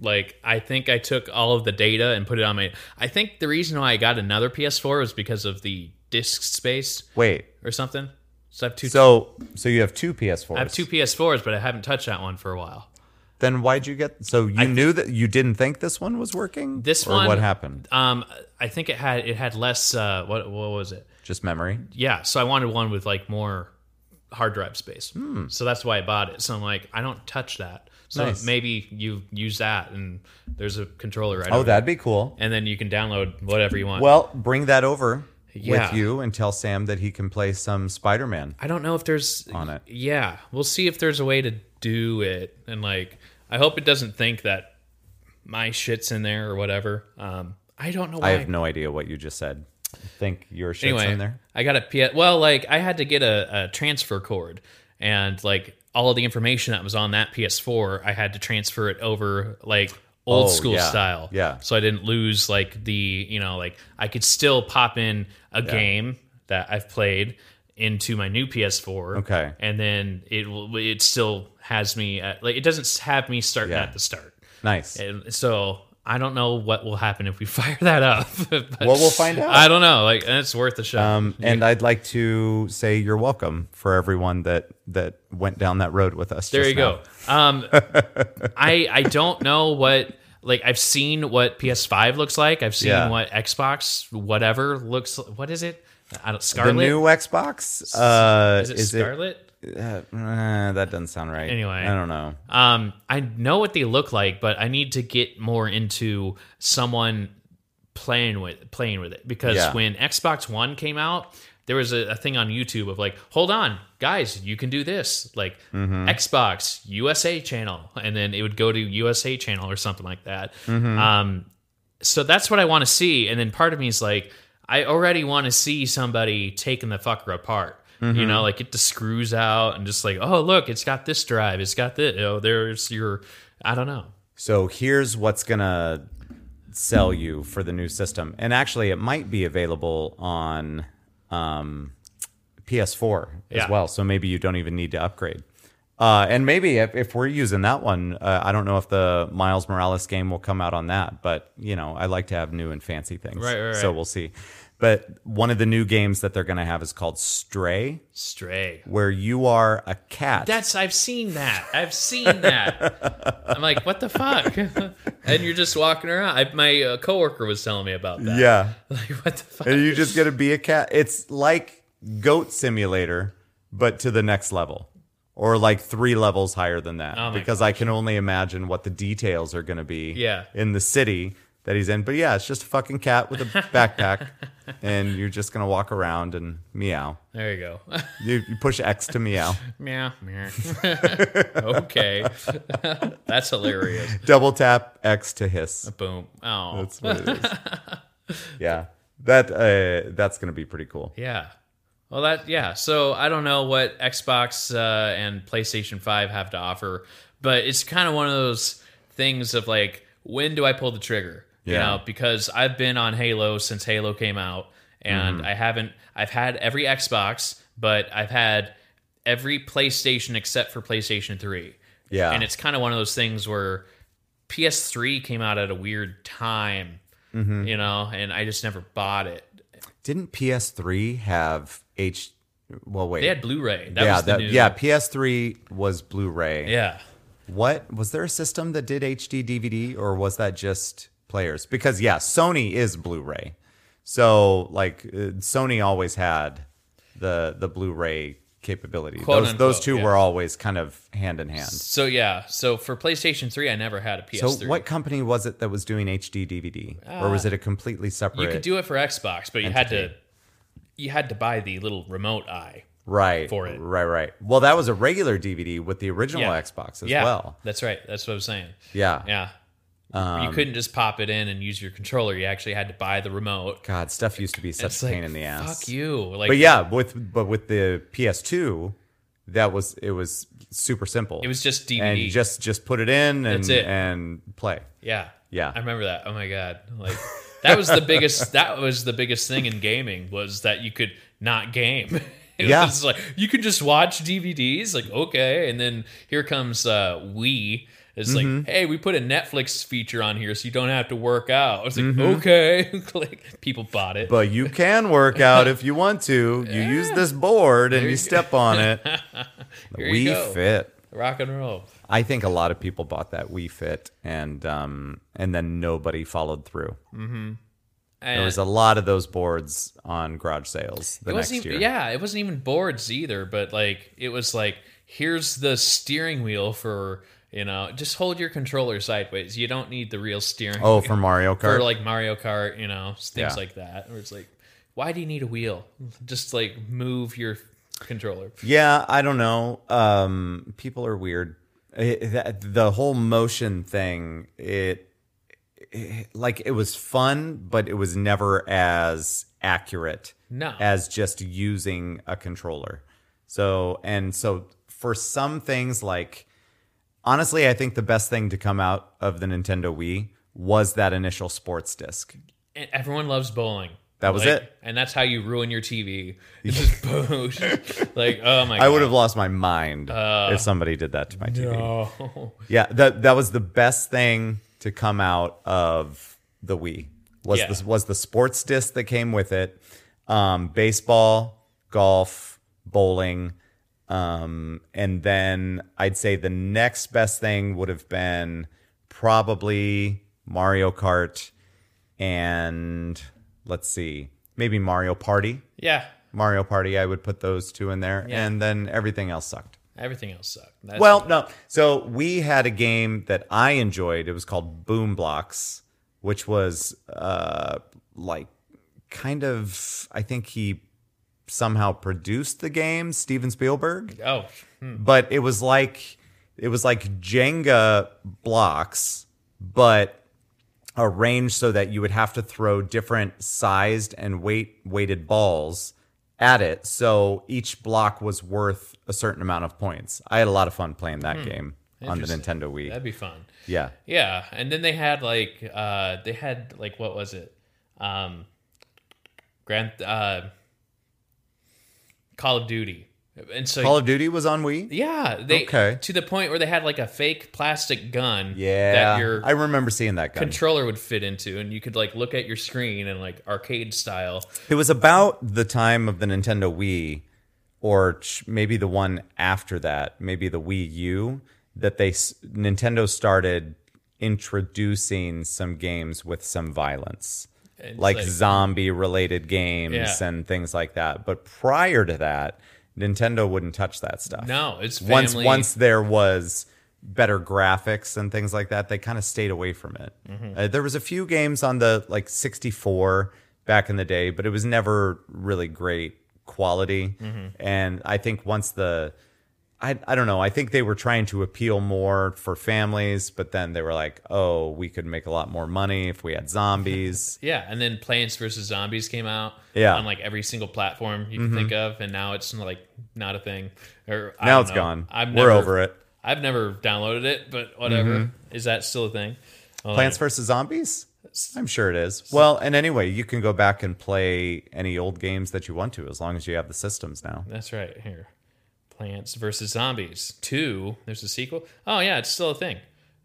S2: Like I think I took all of the data and put it on my. I think the reason why I got another PS4 was because of the disk space
S1: wait.
S2: or something. So I have two.
S1: So so you have two PS4s.
S2: I have two PS4s, but I haven't touched that one for a while.
S1: Then why'd you get? So you knew that you didn't think this one was working.
S2: This
S1: or
S2: one-
S1: What happened?
S2: Um, I think it had it had less. Uh, what what was it?
S1: Just memory.
S2: Yeah, so I wanted one with like more hard drive space. So that's why I bought it. So I'm like, I don't touch that. So
S1: Hmm. Nice.
S2: maybe you use that, and there's a controller right.
S1: Oh,
S2: over
S1: that'd be cool.
S2: it. and then you can download whatever you want.
S1: Well, bring that over
S2: Yeah.
S1: with you and tell Sam that he can play some Spider Man.
S2: I don't know if there's
S1: On it.
S2: Yeah, we'll see if there's a way to do it, and like, I hope it doesn't think that my shit's in there or whatever. Um, I don't know
S1: I
S2: why.
S1: have no idea what you just said. I think your shit's
S2: anyway,
S1: in there.
S2: I got a P. Well, like I had to get a, a transfer cord, and like all of the information that was on that PS4, I had to transfer it over like old
S1: Oh,
S2: school
S1: yeah.
S2: style.
S1: Yeah.
S2: So I didn't lose like the you know like I could still pop in a game that I've played into my new PS4.
S1: Okay.
S2: And then it will- it still has me at like it doesn't have me starting
S1: Yeah.
S2: at the start.
S1: Nice.
S2: And so I don't know what will happen if we fire that up. but
S1: Well, we'll find out.
S2: I don't know. Like, and it's worth a shot.
S1: Um, and I'd like to say you're welcome for everyone that that went down that road with us.
S2: there
S1: just
S2: you
S1: now.
S2: go. Um, I I don't know what like I've seen what PS5 looks like. I've seen
S1: Yeah.
S2: what Xbox whatever looks. What is it? I don't.
S1: The
S2: Scarlet.
S1: new Xbox uh,
S2: is it Scarlet?
S1: It, uh, uh, that doesn't sound right.
S2: Anyway.
S1: I don't know.
S2: Um, I know what they look like, but I need to get more into someone playing with playing with it because
S1: Yeah.
S2: when Xbox One came out, there was a, a thing on YouTube of like, "Hold on, guys, you can do this." Like Xbox USA channel, and then it would go to USA channel or something like that. Um, so that's what I want to see. And then part of me is like, I already want to see somebody taking the fucker apart.
S1: Mm-hmm.
S2: You know, like get the screws out and just like, oh look, it's got this drive, it's got this. Oh, there's your, I don't know.
S1: So here's what's gonna sell you for the new system, and actually, it might be available on um, PS4
S2: Yeah.
S1: as well. So maybe you don't even need to upgrade. Uh, and maybe if, if we're using that one, uh, I don't know if the Miles Morales game will come out on that, but you know, I like to have new and fancy things.
S2: Right, right,
S1: So
S2: right.
S1: we'll see. But one of the new games that they're going to have is called Stray,
S2: Stray.
S1: where you are a cat.
S2: That's I've seen that. I've seen that. I'm like, what the fuck? and you're just walking around. I, my uh, coworker was telling me about that.
S1: yeah.
S2: Like what the fuck?
S1: And you just gonna be a cat. It's like Goat Simulator, but to the next level, or like three levels higher than that.
S2: Oh my
S1: because I can only imagine what the details are gonna be.
S2: Yeah.
S1: In the city that he's in, but yeah, it's just a fucking cat with a backpack, and you're just gonna walk around and meow.
S2: There you go.
S1: You, you push X to meow.
S2: meow. meow. okay, that's hilarious.
S1: Double tap X to hiss.
S2: Boom. Oh,
S1: That's what it is. yeah. That uh, that's gonna be pretty cool.
S2: Yeah. Well, that yeah. So I don't know what Xbox uh, and PlayStation Five have to offer, but it's kind of one of those things of like, when do I pull the trigger? You
S1: Yeah.
S2: know, because I've been on Halo since Halo came out, and
S1: Mm-hmm.
S2: I haven't. I've had every Xbox, but I've had every PlayStation except for PlayStation Three.
S1: Yeah.
S2: And it's kind of one of those things where PS3 came out at a weird time,
S1: Mm-hmm.
S2: you know, and I just never bought it.
S1: Didn't PS3 have H? Well, wait.
S2: They had Blu-ray. That
S1: yeah,
S2: was the
S1: that-
S2: new.
S1: yeah. PS3 was Blu-ray.
S2: Yeah.
S1: What was there a system that did HD DVD, or was that just players? Because yeah, Sony is Blu-ray, so like uh, Sony always had the the Blu-ray capability.
S2: Quote,
S1: those those
S2: unquote,
S1: two
S2: yeah.
S1: were always kind of hand in hand.
S2: So yeah, so for PlayStation 3, I never had a
S1: So
S2: PS3.
S1: what company was it that was doing HD DVD, or was it a completely separate?
S2: Uh, you could do it for Xbox, but you had to you had to buy the little remote eye.
S1: right
S2: for it.
S1: Right, right. Well, that was a regular DVD with the original
S2: Yeah.
S1: Xbox as
S2: yeah,
S1: well. Um,
S2: that's right. That's what I was saying.
S1: Yeah.
S2: Yeah, you couldn't just pop it in and use your controller. You actually had to buy the remote.
S1: God, stuff used to be such
S2: It's
S1: a
S2: like
S1: pain in the ass.
S2: fuck you. Like,
S1: But yeah, with but with the PS2, that was it was super simple.
S2: it was just DVD.
S1: and you just just put it in and
S2: That's it.
S1: and play.
S2: Yeah.
S1: Yeah.
S2: I remember that. Oh my god. Like that was the biggest that was the biggest thing in gaming was that you could not game. It
S1: Yeah.
S2: was like you could just watch DVDs like okay and then here comes uh Wii it's
S1: Mm-hmm.
S2: like, hey, we put a Netflix feature on here so you don't have to work out. It's like, okay. like, people bought it.
S1: Mm-hmm. But you can work out if you want to. You use this board and you, step on it.
S2: Here
S1: we
S2: you go.
S1: fit.
S2: Rock and roll.
S1: I think a lot of people bought that Wii Fit and um and then nobody followed through.
S2: And
S1: There was a lot of those boards on garage sales the
S2: it
S1: next
S2: wasn't
S1: year.
S2: even, yeah, it wasn't even boards either, but like it was like here's the steering wheel for you know just hold your controller sideways. You don't need the real steering.
S1: Oh,
S2: wheel
S1: for Mario Kart.
S2: for like Mario Kart, you know things
S1: Yeah.
S2: like that. Where it's like, why do you need a wheel? Just like move your controller.
S1: Yeah, I don't know. Um, people are weird. It, that, the whole motion thing, it, it- like it was fun, but it was never as accurate
S2: No.
S1: as just using a controller. So and so for some things like honestly, I think the best thing to come out of the Nintendo Wii was that initial sports disc.
S2: And everyone loves bowling.
S1: That was
S2: Like,
S1: it.
S2: and that's how you ruin your TV. It's just boom. like oh my god,
S1: I would have lost my mind if somebody did that to my TV.
S3: No.
S1: Yeah, that that was the best thing to come out of the Wii. Was
S2: Yeah.
S1: this was the sports disc that came with it? Um, baseball, golf, bowling, um, and then I'd say the next best thing would have been probably Mario Kart, and let's see, maybe Mario Party.
S2: yeah.
S1: Mario Party, I would put those two in there, and then everything else sucked.
S2: Everything else sucked. That's
S1: Well, no. So we had a game that I enjoyed. It was called Boom Blocks, which was uh, like kind of. I think he somehow produced the game, Steven Spielberg.
S2: oh hmm.
S1: But it was like it was like Jenga blocks, but arranged so that you would have to throw different sized and weight weighted balls at it. So each block was worth a certain amount of points. I had a lot of fun playing that game on the
S2: Interesting.
S1: Nintendo Wii.
S2: that'd be fun.
S1: yeah.
S2: Yeah, and then they had like uh they had like what was it? Um Grand uh Call of Duty. And so
S1: Call of Duty was on Wii?
S2: yeah, they
S1: Okay.
S2: to the point where they had like a fake plastic gun
S1: Yeah.
S2: that your
S1: I remember seeing that gun.
S2: controller would fit into and you could like look at your screen and like arcade style.
S1: It was about the time of the Nintendo Wii, or ch- maybe the one after that, maybe the Wii U, that they s- Nintendo started introducing some games with some violence,
S2: And
S1: like,
S2: like-
S1: zombie-related games
S2: Yeah.
S1: and things like that. But prior to that, Nintendo wouldn't touch that stuff.
S2: No, it's family.
S1: Once once there was better graphics and things like that, they kind of stayed away from it.
S2: Mm-hmm.
S1: Uh, there was a few games on the like 64 back in the day, but it was never really great quality.
S2: Mm-hmm.
S1: And I think once the I, I don't know. I think they were trying to appeal more for families, but then they were like, "Oh, we could make a lot more money if we had zombies."
S2: Yeah, and then Plants vs Zombies came out.
S1: Yeah. Mm-hmm.
S2: on like every single platform you can think of, and now it's like not a thing. Or I
S1: now
S2: don't
S1: it's
S2: know.
S1: gone.
S2: I've
S1: we're
S2: never,
S1: over it. Mm-hmm.
S2: I've never downloaded it, but whatever. Is that still a thing? Well,
S1: Plants vs Zombies? I'm sure it is. Well, and anyway, you can go back and play any old games that you want to as long as you have the systems now.
S2: That's right. Here, Plants vs Zombies Two. There's a sequel. Oh yeah, it's still a thing.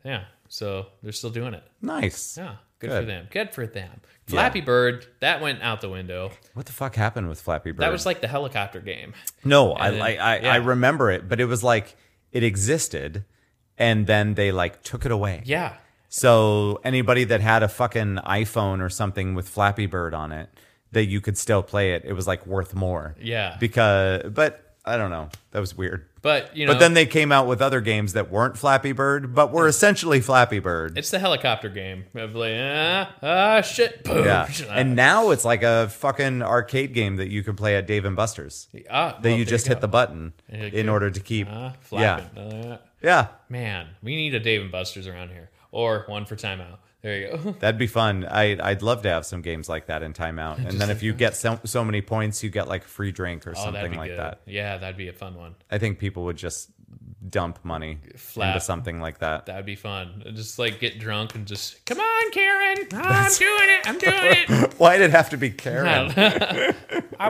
S2: Yeah, so they're still doing it.
S1: Nice.
S2: Yeah, good, for
S1: Good.
S2: them. Good for them. Flappy Bird that went out the window.
S1: What the fuck happened with Flappy Bird?
S2: That was like the helicopter game.
S1: no, I
S2: then-
S1: like I,
S2: yeah.
S1: I remember it, but it was like it existed and then they like took it away.
S2: Yeah,
S1: So anybody that had a fucking iPhone or something with Flappy Bird on it, that you could still play it. It was like worth more.
S2: Yeah.
S1: Because, but I don't know. That was weird.
S2: But you know,
S1: But then they came out with other games that weren't Flappy Bird, but were essentially Flappy Bird.
S2: it's the helicopter game of like ah, ah shit boom.
S1: Yeah. And now it's like a fucking arcade game that you can play at Dave and Buster's.
S2: ah,
S1: That
S2: well,
S1: you
S2: there
S1: just
S2: go.
S1: hit the button
S2: Yeah,
S1: in
S2: good.
S1: order to keep.
S2: ah, flapping. Ah.
S1: Yeah.
S2: man, we need a Dave and Buster's around here or one for timeout. There you go. Oh,
S1: That'd be fun. I, I'd love to have some games like that in timeout. And then if you get so, so many points, you get like a free drink or
S2: Oh, that'd
S1: something
S2: be
S1: like
S2: good.
S1: that.
S2: Yeah, that'd be a fun one.
S1: I think people would just dump money into
S2: Flap.
S1: something like that.
S2: That'd be fun. Just like get drunk and just come on, Karen. I'm doing it. I'm doing it.
S1: Why'd it have to be Karen?
S2: I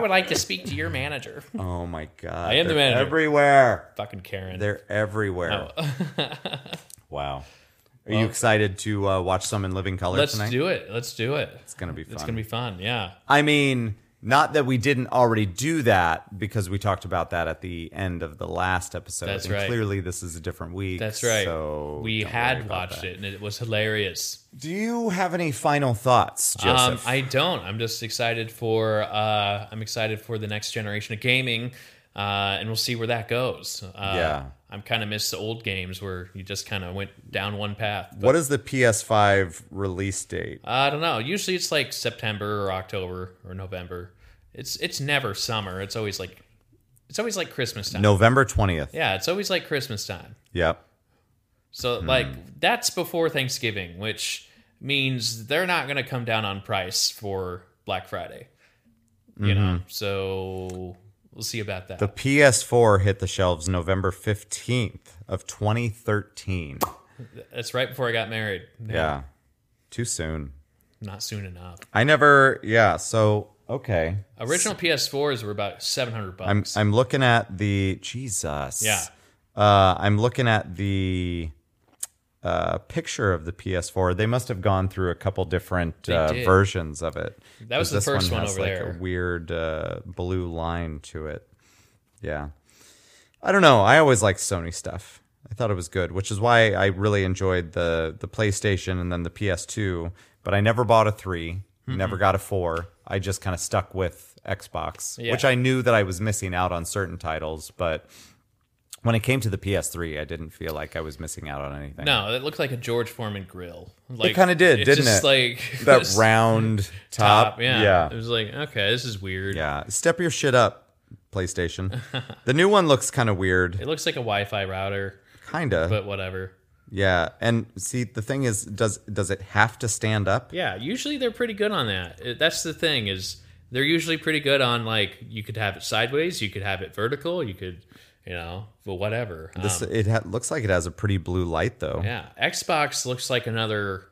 S2: would like to speak to your manager.
S1: Oh my god.
S2: I am the
S1: They're
S2: manager.
S1: Everywhere.
S2: Fucking Karen.
S1: They're everywhere.
S2: Oh.
S1: wow. Are you excited to uh, watch some in living color
S2: Let's
S1: tonight?
S2: do it. Let's do it.
S1: it's gonna be fun.
S2: It's gonna be fun. Yeah.
S1: I mean, not that we didn't already do that because we talked about that at the end of the last episode.
S2: That's
S1: and
S2: right.
S1: Clearly, this is a different week.
S2: That's right.
S1: So
S2: we
S1: don't worry
S2: had
S1: about
S2: watched
S1: that.
S2: it and it was hilarious.
S1: Do you have any final thoughts,
S2: Um,
S1: Joseph?
S2: I don't. I'm just excited for. Uh, I'm excited for the next generation of gaming, uh, and we'll see where that goes. Uh,
S1: Yeah.
S2: I'm kind of miss the old games where you just kind of went down one path.
S1: what is the PS5 release date?
S2: I don't know. Usually it's like September or October or November. It's it's never summer. It's always like it's always like Christmas time.
S1: November 20th.
S2: Yeah, it's always like Christmas time.
S1: Yep. Hmm.
S2: So like that's before Thanksgiving, which means they're not going to come down on price for Black Friday. You know. So we'll see about that.
S1: Mm-hmm. The PS4 hit the shelves November 15th of 2013.
S2: that's right before I got married.
S1: Yeah. Too soon.
S2: Not soon enough.
S1: I never yeah, so okay.
S2: Original PS4s were about 700 bucks.
S1: I'm I'm looking at the Jesus.
S2: Yeah.
S1: Uh I'm looking at the uh, picture of the PS4. They must have gone through a couple different uh,
S2: did.
S1: versions of it.
S2: That was
S1: 'Cause
S2: the
S1: this
S2: first one
S1: has
S2: over
S1: like
S2: there.
S1: a weird uh, blue line to it. Yeah. I don't know. I always liked Sony stuff. I thought it was good, which is why I really enjoyed the the PlayStation and then the PS2. But I never bought a 3
S2: Mm-hmm.
S1: never got a four. I just kind of stuck with Xbox,
S2: Yeah.
S1: which I knew that I was missing out on certain titles. But when it came to the PS3, I didn't feel like I was missing out on anything.
S2: no, it looked like a George Foreman grill. Like,
S1: kinda did,
S2: it's
S1: didn't
S2: just
S1: it?
S2: Like
S1: that
S2: just-
S1: round top.
S2: Yeah. It
S1: yeah,
S2: was like, okay, this is weird.
S1: yeah. Step your shit up, PlayStation. the new one looks kind of weird,
S2: It looks like a Wi Fi router,
S1: kinda.
S2: but whatever.
S1: Yeah, and see the thing is, does does it have to stand up?
S2: Yeah. Usually they're pretty good on that. It- That's the thing is they're usually pretty good on like you could have it sideways, you could have it vertical, you could, you know, but whatever. Um,
S1: This it ha- looks like it has a pretty blue light though.
S2: yeah. Xbox looks like another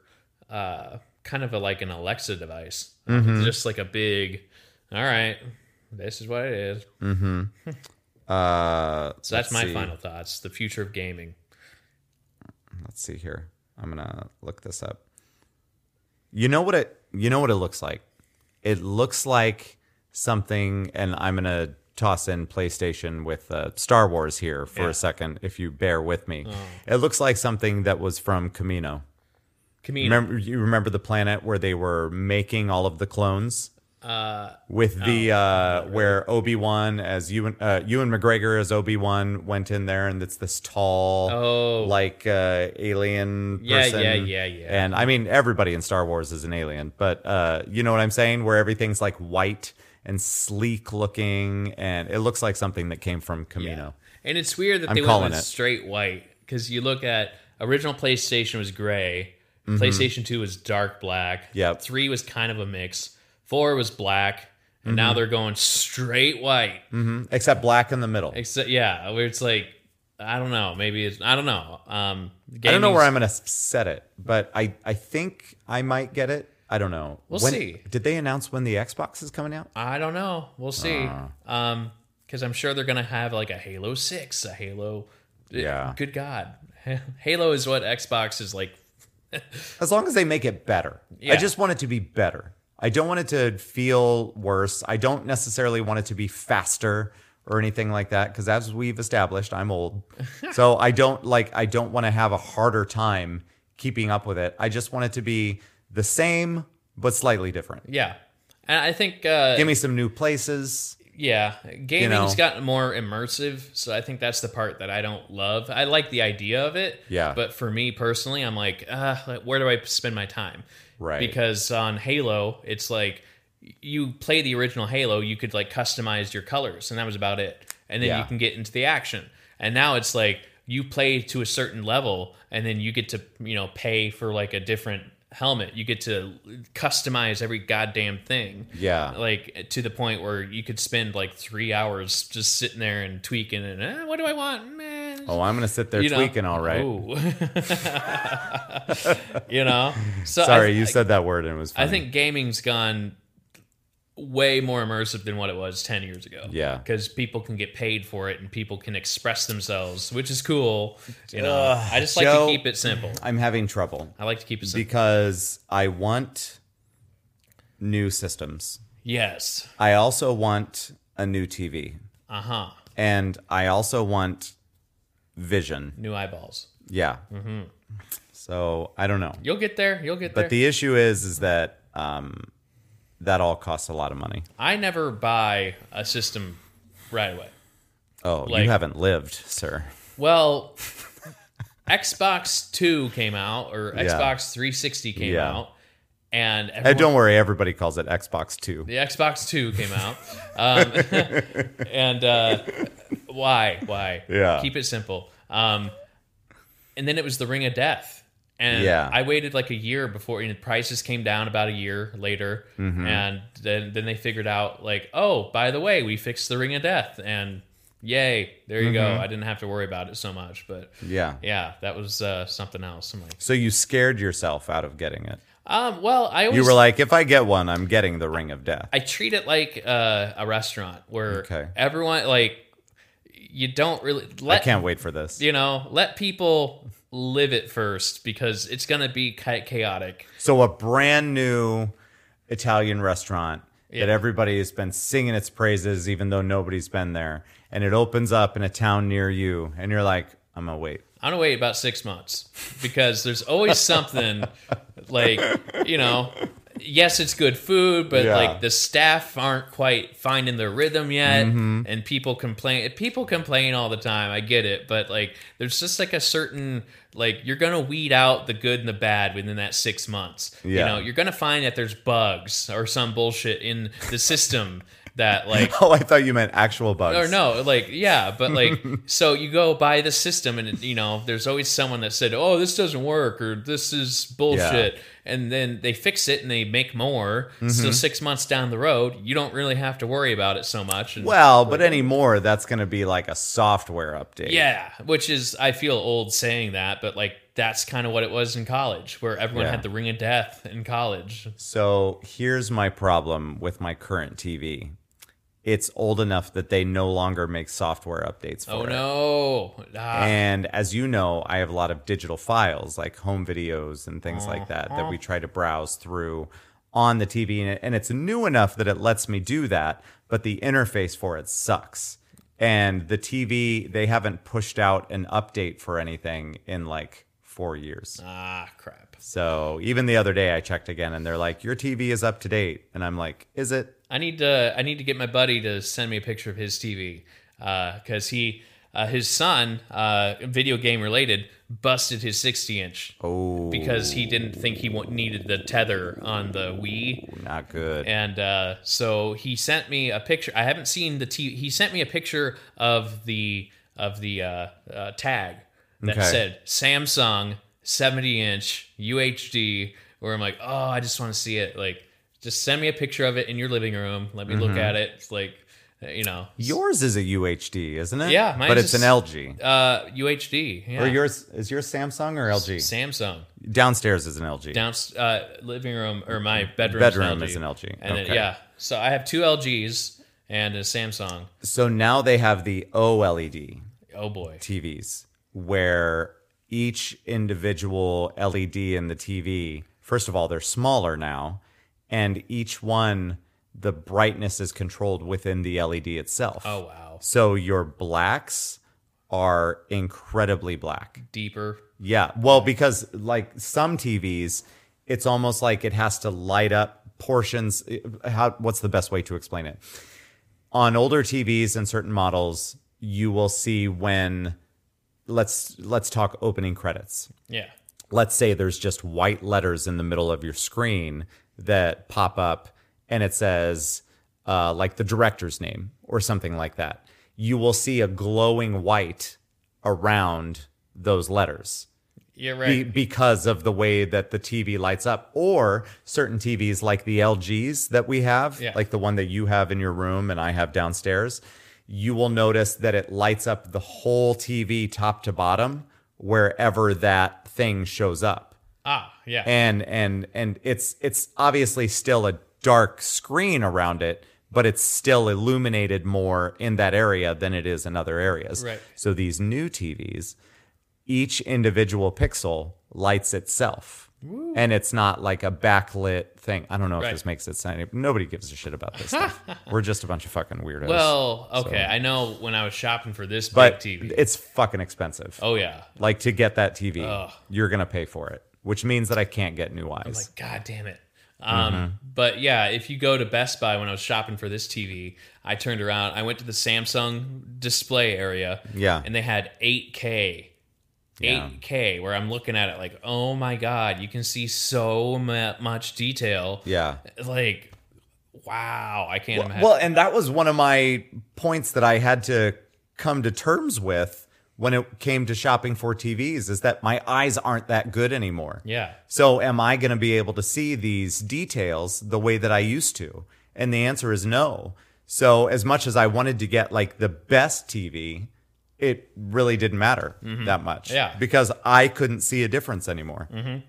S2: uh, kind of a, like an Alexa device,
S1: Mm-hmm.
S2: It's just like a big. All right. This is what it is.
S1: Uh,
S2: So
S1: let's
S2: that's my
S1: see.
S2: final thoughts. The future of gaming.
S1: Let's see here. I'm gonna look this up. You know what it? You know what it looks like? It looks like something, and I'm gonna toss in PlayStation with uh, Star Wars here for
S2: Yeah. Oh.
S1: a second, if you bear with me. It looks like something that was from Camino.
S2: Camino.
S1: Remember, you remember the planet where they were making all of the clones uh, with
S2: Oh,
S1: the uh, where Obi Wan as Ewan, uh, Ewan McGregor as Obi Wan went in there, and it's this tall,
S2: Oh.
S1: like uh, alien.
S2: Yeah,
S1: person.
S2: yeah, yeah, yeah.
S1: And I mean, everybody in Star Wars is an alien, but uh, you know what I'm saying? Where everything's like white and sleek looking, and it looks like something that came from Camino.
S2: And it's weird that
S1: I'm
S2: they went
S1: calling
S2: with
S1: it.
S2: straight white because you look at original PlayStation was gray, PlayStation Two was dark black,
S1: Mm-hmm. Yep.
S2: Three was kind of a mix, four was black, and
S1: Mm-hmm.
S2: now they're going straight white.
S1: Mhm. Except black in the middle.
S2: Except yeah, where it's like I don't know, maybe it's I don't know. Um,
S1: I don't know where
S2: gaming's-
S1: I'm going to set it, but I, I think I might get it. I don't know.
S2: We'll
S1: When-
S2: see.
S1: Did they announce when the Xbox is coming out?
S2: I don't know. We'll see.
S1: Ah.
S2: Um, because I'm sure they're gonna have like a Halo Six, a Halo. eh,
S1: Yeah.
S2: Good God, Halo is what Xbox is like
S1: As long as they make it better. I
S2: Yeah.
S1: just want it to be better. I don't want it to feel worse. I don't necessarily want it to be faster or anything like that because as we've established, I'm old. so I don't like I don't want to have a harder time keeping up with it. I just want it to be the same but slightly different.
S2: Yeah. And I think uh,
S1: Give me some new places.
S2: Yeah, gaming's
S1: know.
S2: gotten more immersive, so I think that's the part that I don't love. I like the idea of it,
S1: Yeah.
S2: But for me personally, I'm like, uh, like, where do I spend my time?
S1: Right.
S2: Because on Halo, it's like you play the original Halo, you could like customize your colors, and that was about it. And then
S1: Yeah.
S2: you can get into the action. And now it's like you play to a certain level, and then you get to you know pay for like a different helmet. You get to customize every goddamn thing
S1: Yeah.
S2: like to the point where you could spend like three hours just sitting there and tweaking and eh, what do I want, man?
S1: Oh, I'm gonna sit there tweaking all right.
S2: you know, so
S1: Sorry,
S2: I,
S1: you said that word and it was. Funny.
S2: I think gaming's gone way more immersive than what it was ten years ago.
S1: Yeah.
S2: because people can get paid for it and people can express themselves, which is cool. You know,
S1: Ugh,
S2: I just like
S1: Joe.
S2: to keep it simple.
S1: I'm having trouble
S2: I like to keep it simple.
S1: because I want new systems.
S2: yes.
S1: I also want a new TV,
S2: Uh huh.
S1: and I also want vision.
S2: New eyeballs.
S1: Yeah.
S2: Mm-hmm.
S1: So I don't know,
S2: You'll get there. You'll get there.
S1: but the issue is, is that um, that all costs a lot of money.
S2: I never buy a system right away.
S1: Oh,
S2: Like-
S1: you haven't lived, sir.
S2: Well, Xbox 2 came out, or
S1: Yeah.
S2: Xbox 360 came
S1: Yeah.
S2: out, and
S1: Hey,
S2: everyone,
S1: don't worry, everybody calls it Xbox Two.
S2: the Xbox 2 came out. Um, and uh, why? Why?
S1: Yeah.
S2: Keep it simple. Um, and then it was the Ring of Death. And
S1: Yeah.
S2: I waited like a year before, and prices came down about a year later.
S1: Mm-hmm.
S2: And then, then they figured out, like, oh, by the way, we fixed the Ring of Death. And yay, there you
S1: Mm-hmm.
S2: go. I didn't have to worry about it so much. But
S1: Yeah.
S2: yeah, that was uh, something else. I'm like,
S1: So you scared yourself out of getting it.
S2: um, well, I always
S1: You were like, if I get one, I'm getting the Ring of Death.
S2: I treat it like uh, a restaurant where
S1: Okay.
S2: everyone like you don't really
S1: I
S2: let
S1: can't wait for this.
S2: you know let people live it first because it's gonna be ki- chaotic.
S1: So a brand new Italian restaurant that
S2: Yeah.
S1: everybody has been singing its praises, even though nobody's been there, and it opens up in a town near you, and you're like, I'm gonna wait.
S2: I'm gonna wait about six months because there's always something like you know. Yes, it's good food, but
S1: Yeah.
S2: like the staff aren't quite finding their rhythm yet,
S1: Mm-hmm.
S2: and people complain. People complain all the time. I get it, but like there's just like a certain like you're gonna weed out the good and the bad within that six months. You
S1: Yeah.
S2: know, you're gonna find that there's bugs or some bullshit in the system that like
S1: Oh, I thought you meant actual bugs.
S2: or no, like yeah, but like so you go by the system and you know there's always someone that said, "Oh, this doesn't work" or "This is bullshit," and then they fix it and they make more.
S1: Mm-hmm.
S2: So six months down the road, you don't really have to worry about it so much. And
S1: Well, but anymore, that's gonna be like a software update.
S2: yeah, which is I feel old saying that, but like that's kind of what it was in college, where everyone
S1: Yeah.
S2: had the ring of death in college.
S1: So here's my problem with my current TV. It's old enough that they no longer make software updates for
S2: Oh
S1: it.
S2: no! Ah,
S1: And as you know, I have a lot of digital files like home videos and things
S2: Ah,
S1: like that that we try to browse through on the TV. And, it- and it's new enough that it lets me do that, but the interface for it sucks. And the TV, they haven't pushed out an update for anything in like four years.
S2: ah, crap!
S1: So even the other day, I checked again and they're like, your TV is up to date. And I'm like, is it?
S2: I need to I need to get my buddy to send me a picture of his TV because he uh, his son uh, video game related busted his 60 inch
S1: Oh,
S2: because he didn't think he wa- needed the tether on the Wii
S1: not good.
S2: and uh, so he sent me a picture I haven't seen the T he sent me a picture of the of the uh, uh, tag that
S1: Okay.
S2: said Samsung 70 inch UHD where I'm like oh I just want to see it like just send me a picture of it in your living room let me look
S1: Mm-hmm.
S2: at it it's like uh, you know
S1: Yours is a UHD, isn't it?
S2: Yeah, mine's
S1: but it's
S2: a
S1: an
S2: s-
S1: LG.
S2: uh, UHD yeah.
S1: Or yours is yours Samsung or LG?
S2: Samsung
S1: Downstairs is an LG.
S2: down uh, living room or my bedroom
S1: Bedroom
S2: is an LG, and then,
S1: okay.
S2: yeah so I have two LGs and a Samsung
S1: so now they have the E OLED
S2: oh boy
S1: TVs where each individual LED in the TV, first of all, they're smaller now, and each one the brightness is controlled within the LED itself.
S2: oh wow
S1: So your blacks are incredibly black.
S2: deeper
S1: Yeah. Well, because like some TVs, it's almost like it has to light up portions. eh, How what's the best way to explain it? On older TVs and certain models, you will see when let's let's talk opening credits.
S2: Yeah.
S1: Let's say there's just white letters in the middle of your screen that pop up, and it says uh, like the director's name or something like that. You will see a glowing white around those letters
S2: Yeah,
S1: be-
S2: right.
S1: because of the way that the TV lights up, or certain TVs like the LGs that we have,
S2: Yeah.
S1: like the one that you have in your room and I have downstairs, you will notice that it lights up the whole TV top to bottom wherever that thing shows up.
S2: ah, yeah.
S1: And and and it's it's obviously still a dark screen around it, but it's still illuminated more in that area than it is in other areas.
S2: Right.
S1: So these new TVs each individual pixel lights itself. And it's not like a backlit thing. I don't know
S2: Right.
S1: if this makes it sound. Nobody gives a shit about this stuff. We're just a bunch of fucking weirdos.
S2: well, okay. I know when I was shopping for this
S1: but
S2: big TV.
S1: it's fucking expensive.
S2: oh yeah.
S1: Like to get that TV, you're gonna pay for it, which means that I can't get new eyes.
S2: Like, God damn it. Um,
S1: Mm-hmm.
S2: But yeah, if you go to Best Buy when I was shopping for this TV, I turned around. I went to the Samsung display area.
S1: Yeah.
S2: And they had 8K. 8K, where I'm looking at it like, oh my God, you can see so mu- much detail.
S1: yeah.
S2: Like, wow, I can't imagine.
S1: Well, and that was one of my points that I had to come to terms with when it came to shopping for TVs is that my eyes aren't that good anymore.
S2: yeah.
S1: So, am I going to be able to see these details the way that I used to? And the answer is no. So, as much as I wanted to get like the best TV, it really didn't matter that much.
S2: Mm-hmm. Yeah.
S1: Because I couldn't see a difference anymore, which
S2: Mm-hmm.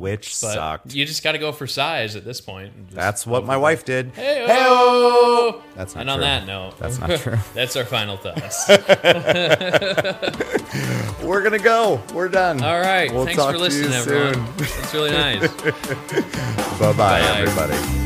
S2: But
S1: sucked.
S2: You just got to go for size at this point. and just-
S1: That's what my wife did.
S2: Hey-o!
S1: That's not
S2: And on
S1: true.
S2: that note,
S1: That's not true.
S2: that's our final thoughts.
S1: We're going to go. We're done.
S2: All right.
S1: We'll
S2: Thanks
S1: talk to
S2: for
S1: you
S2: listening, everyone. It's really nice.
S1: Bye bye,
S2: Bye.
S1: everybody.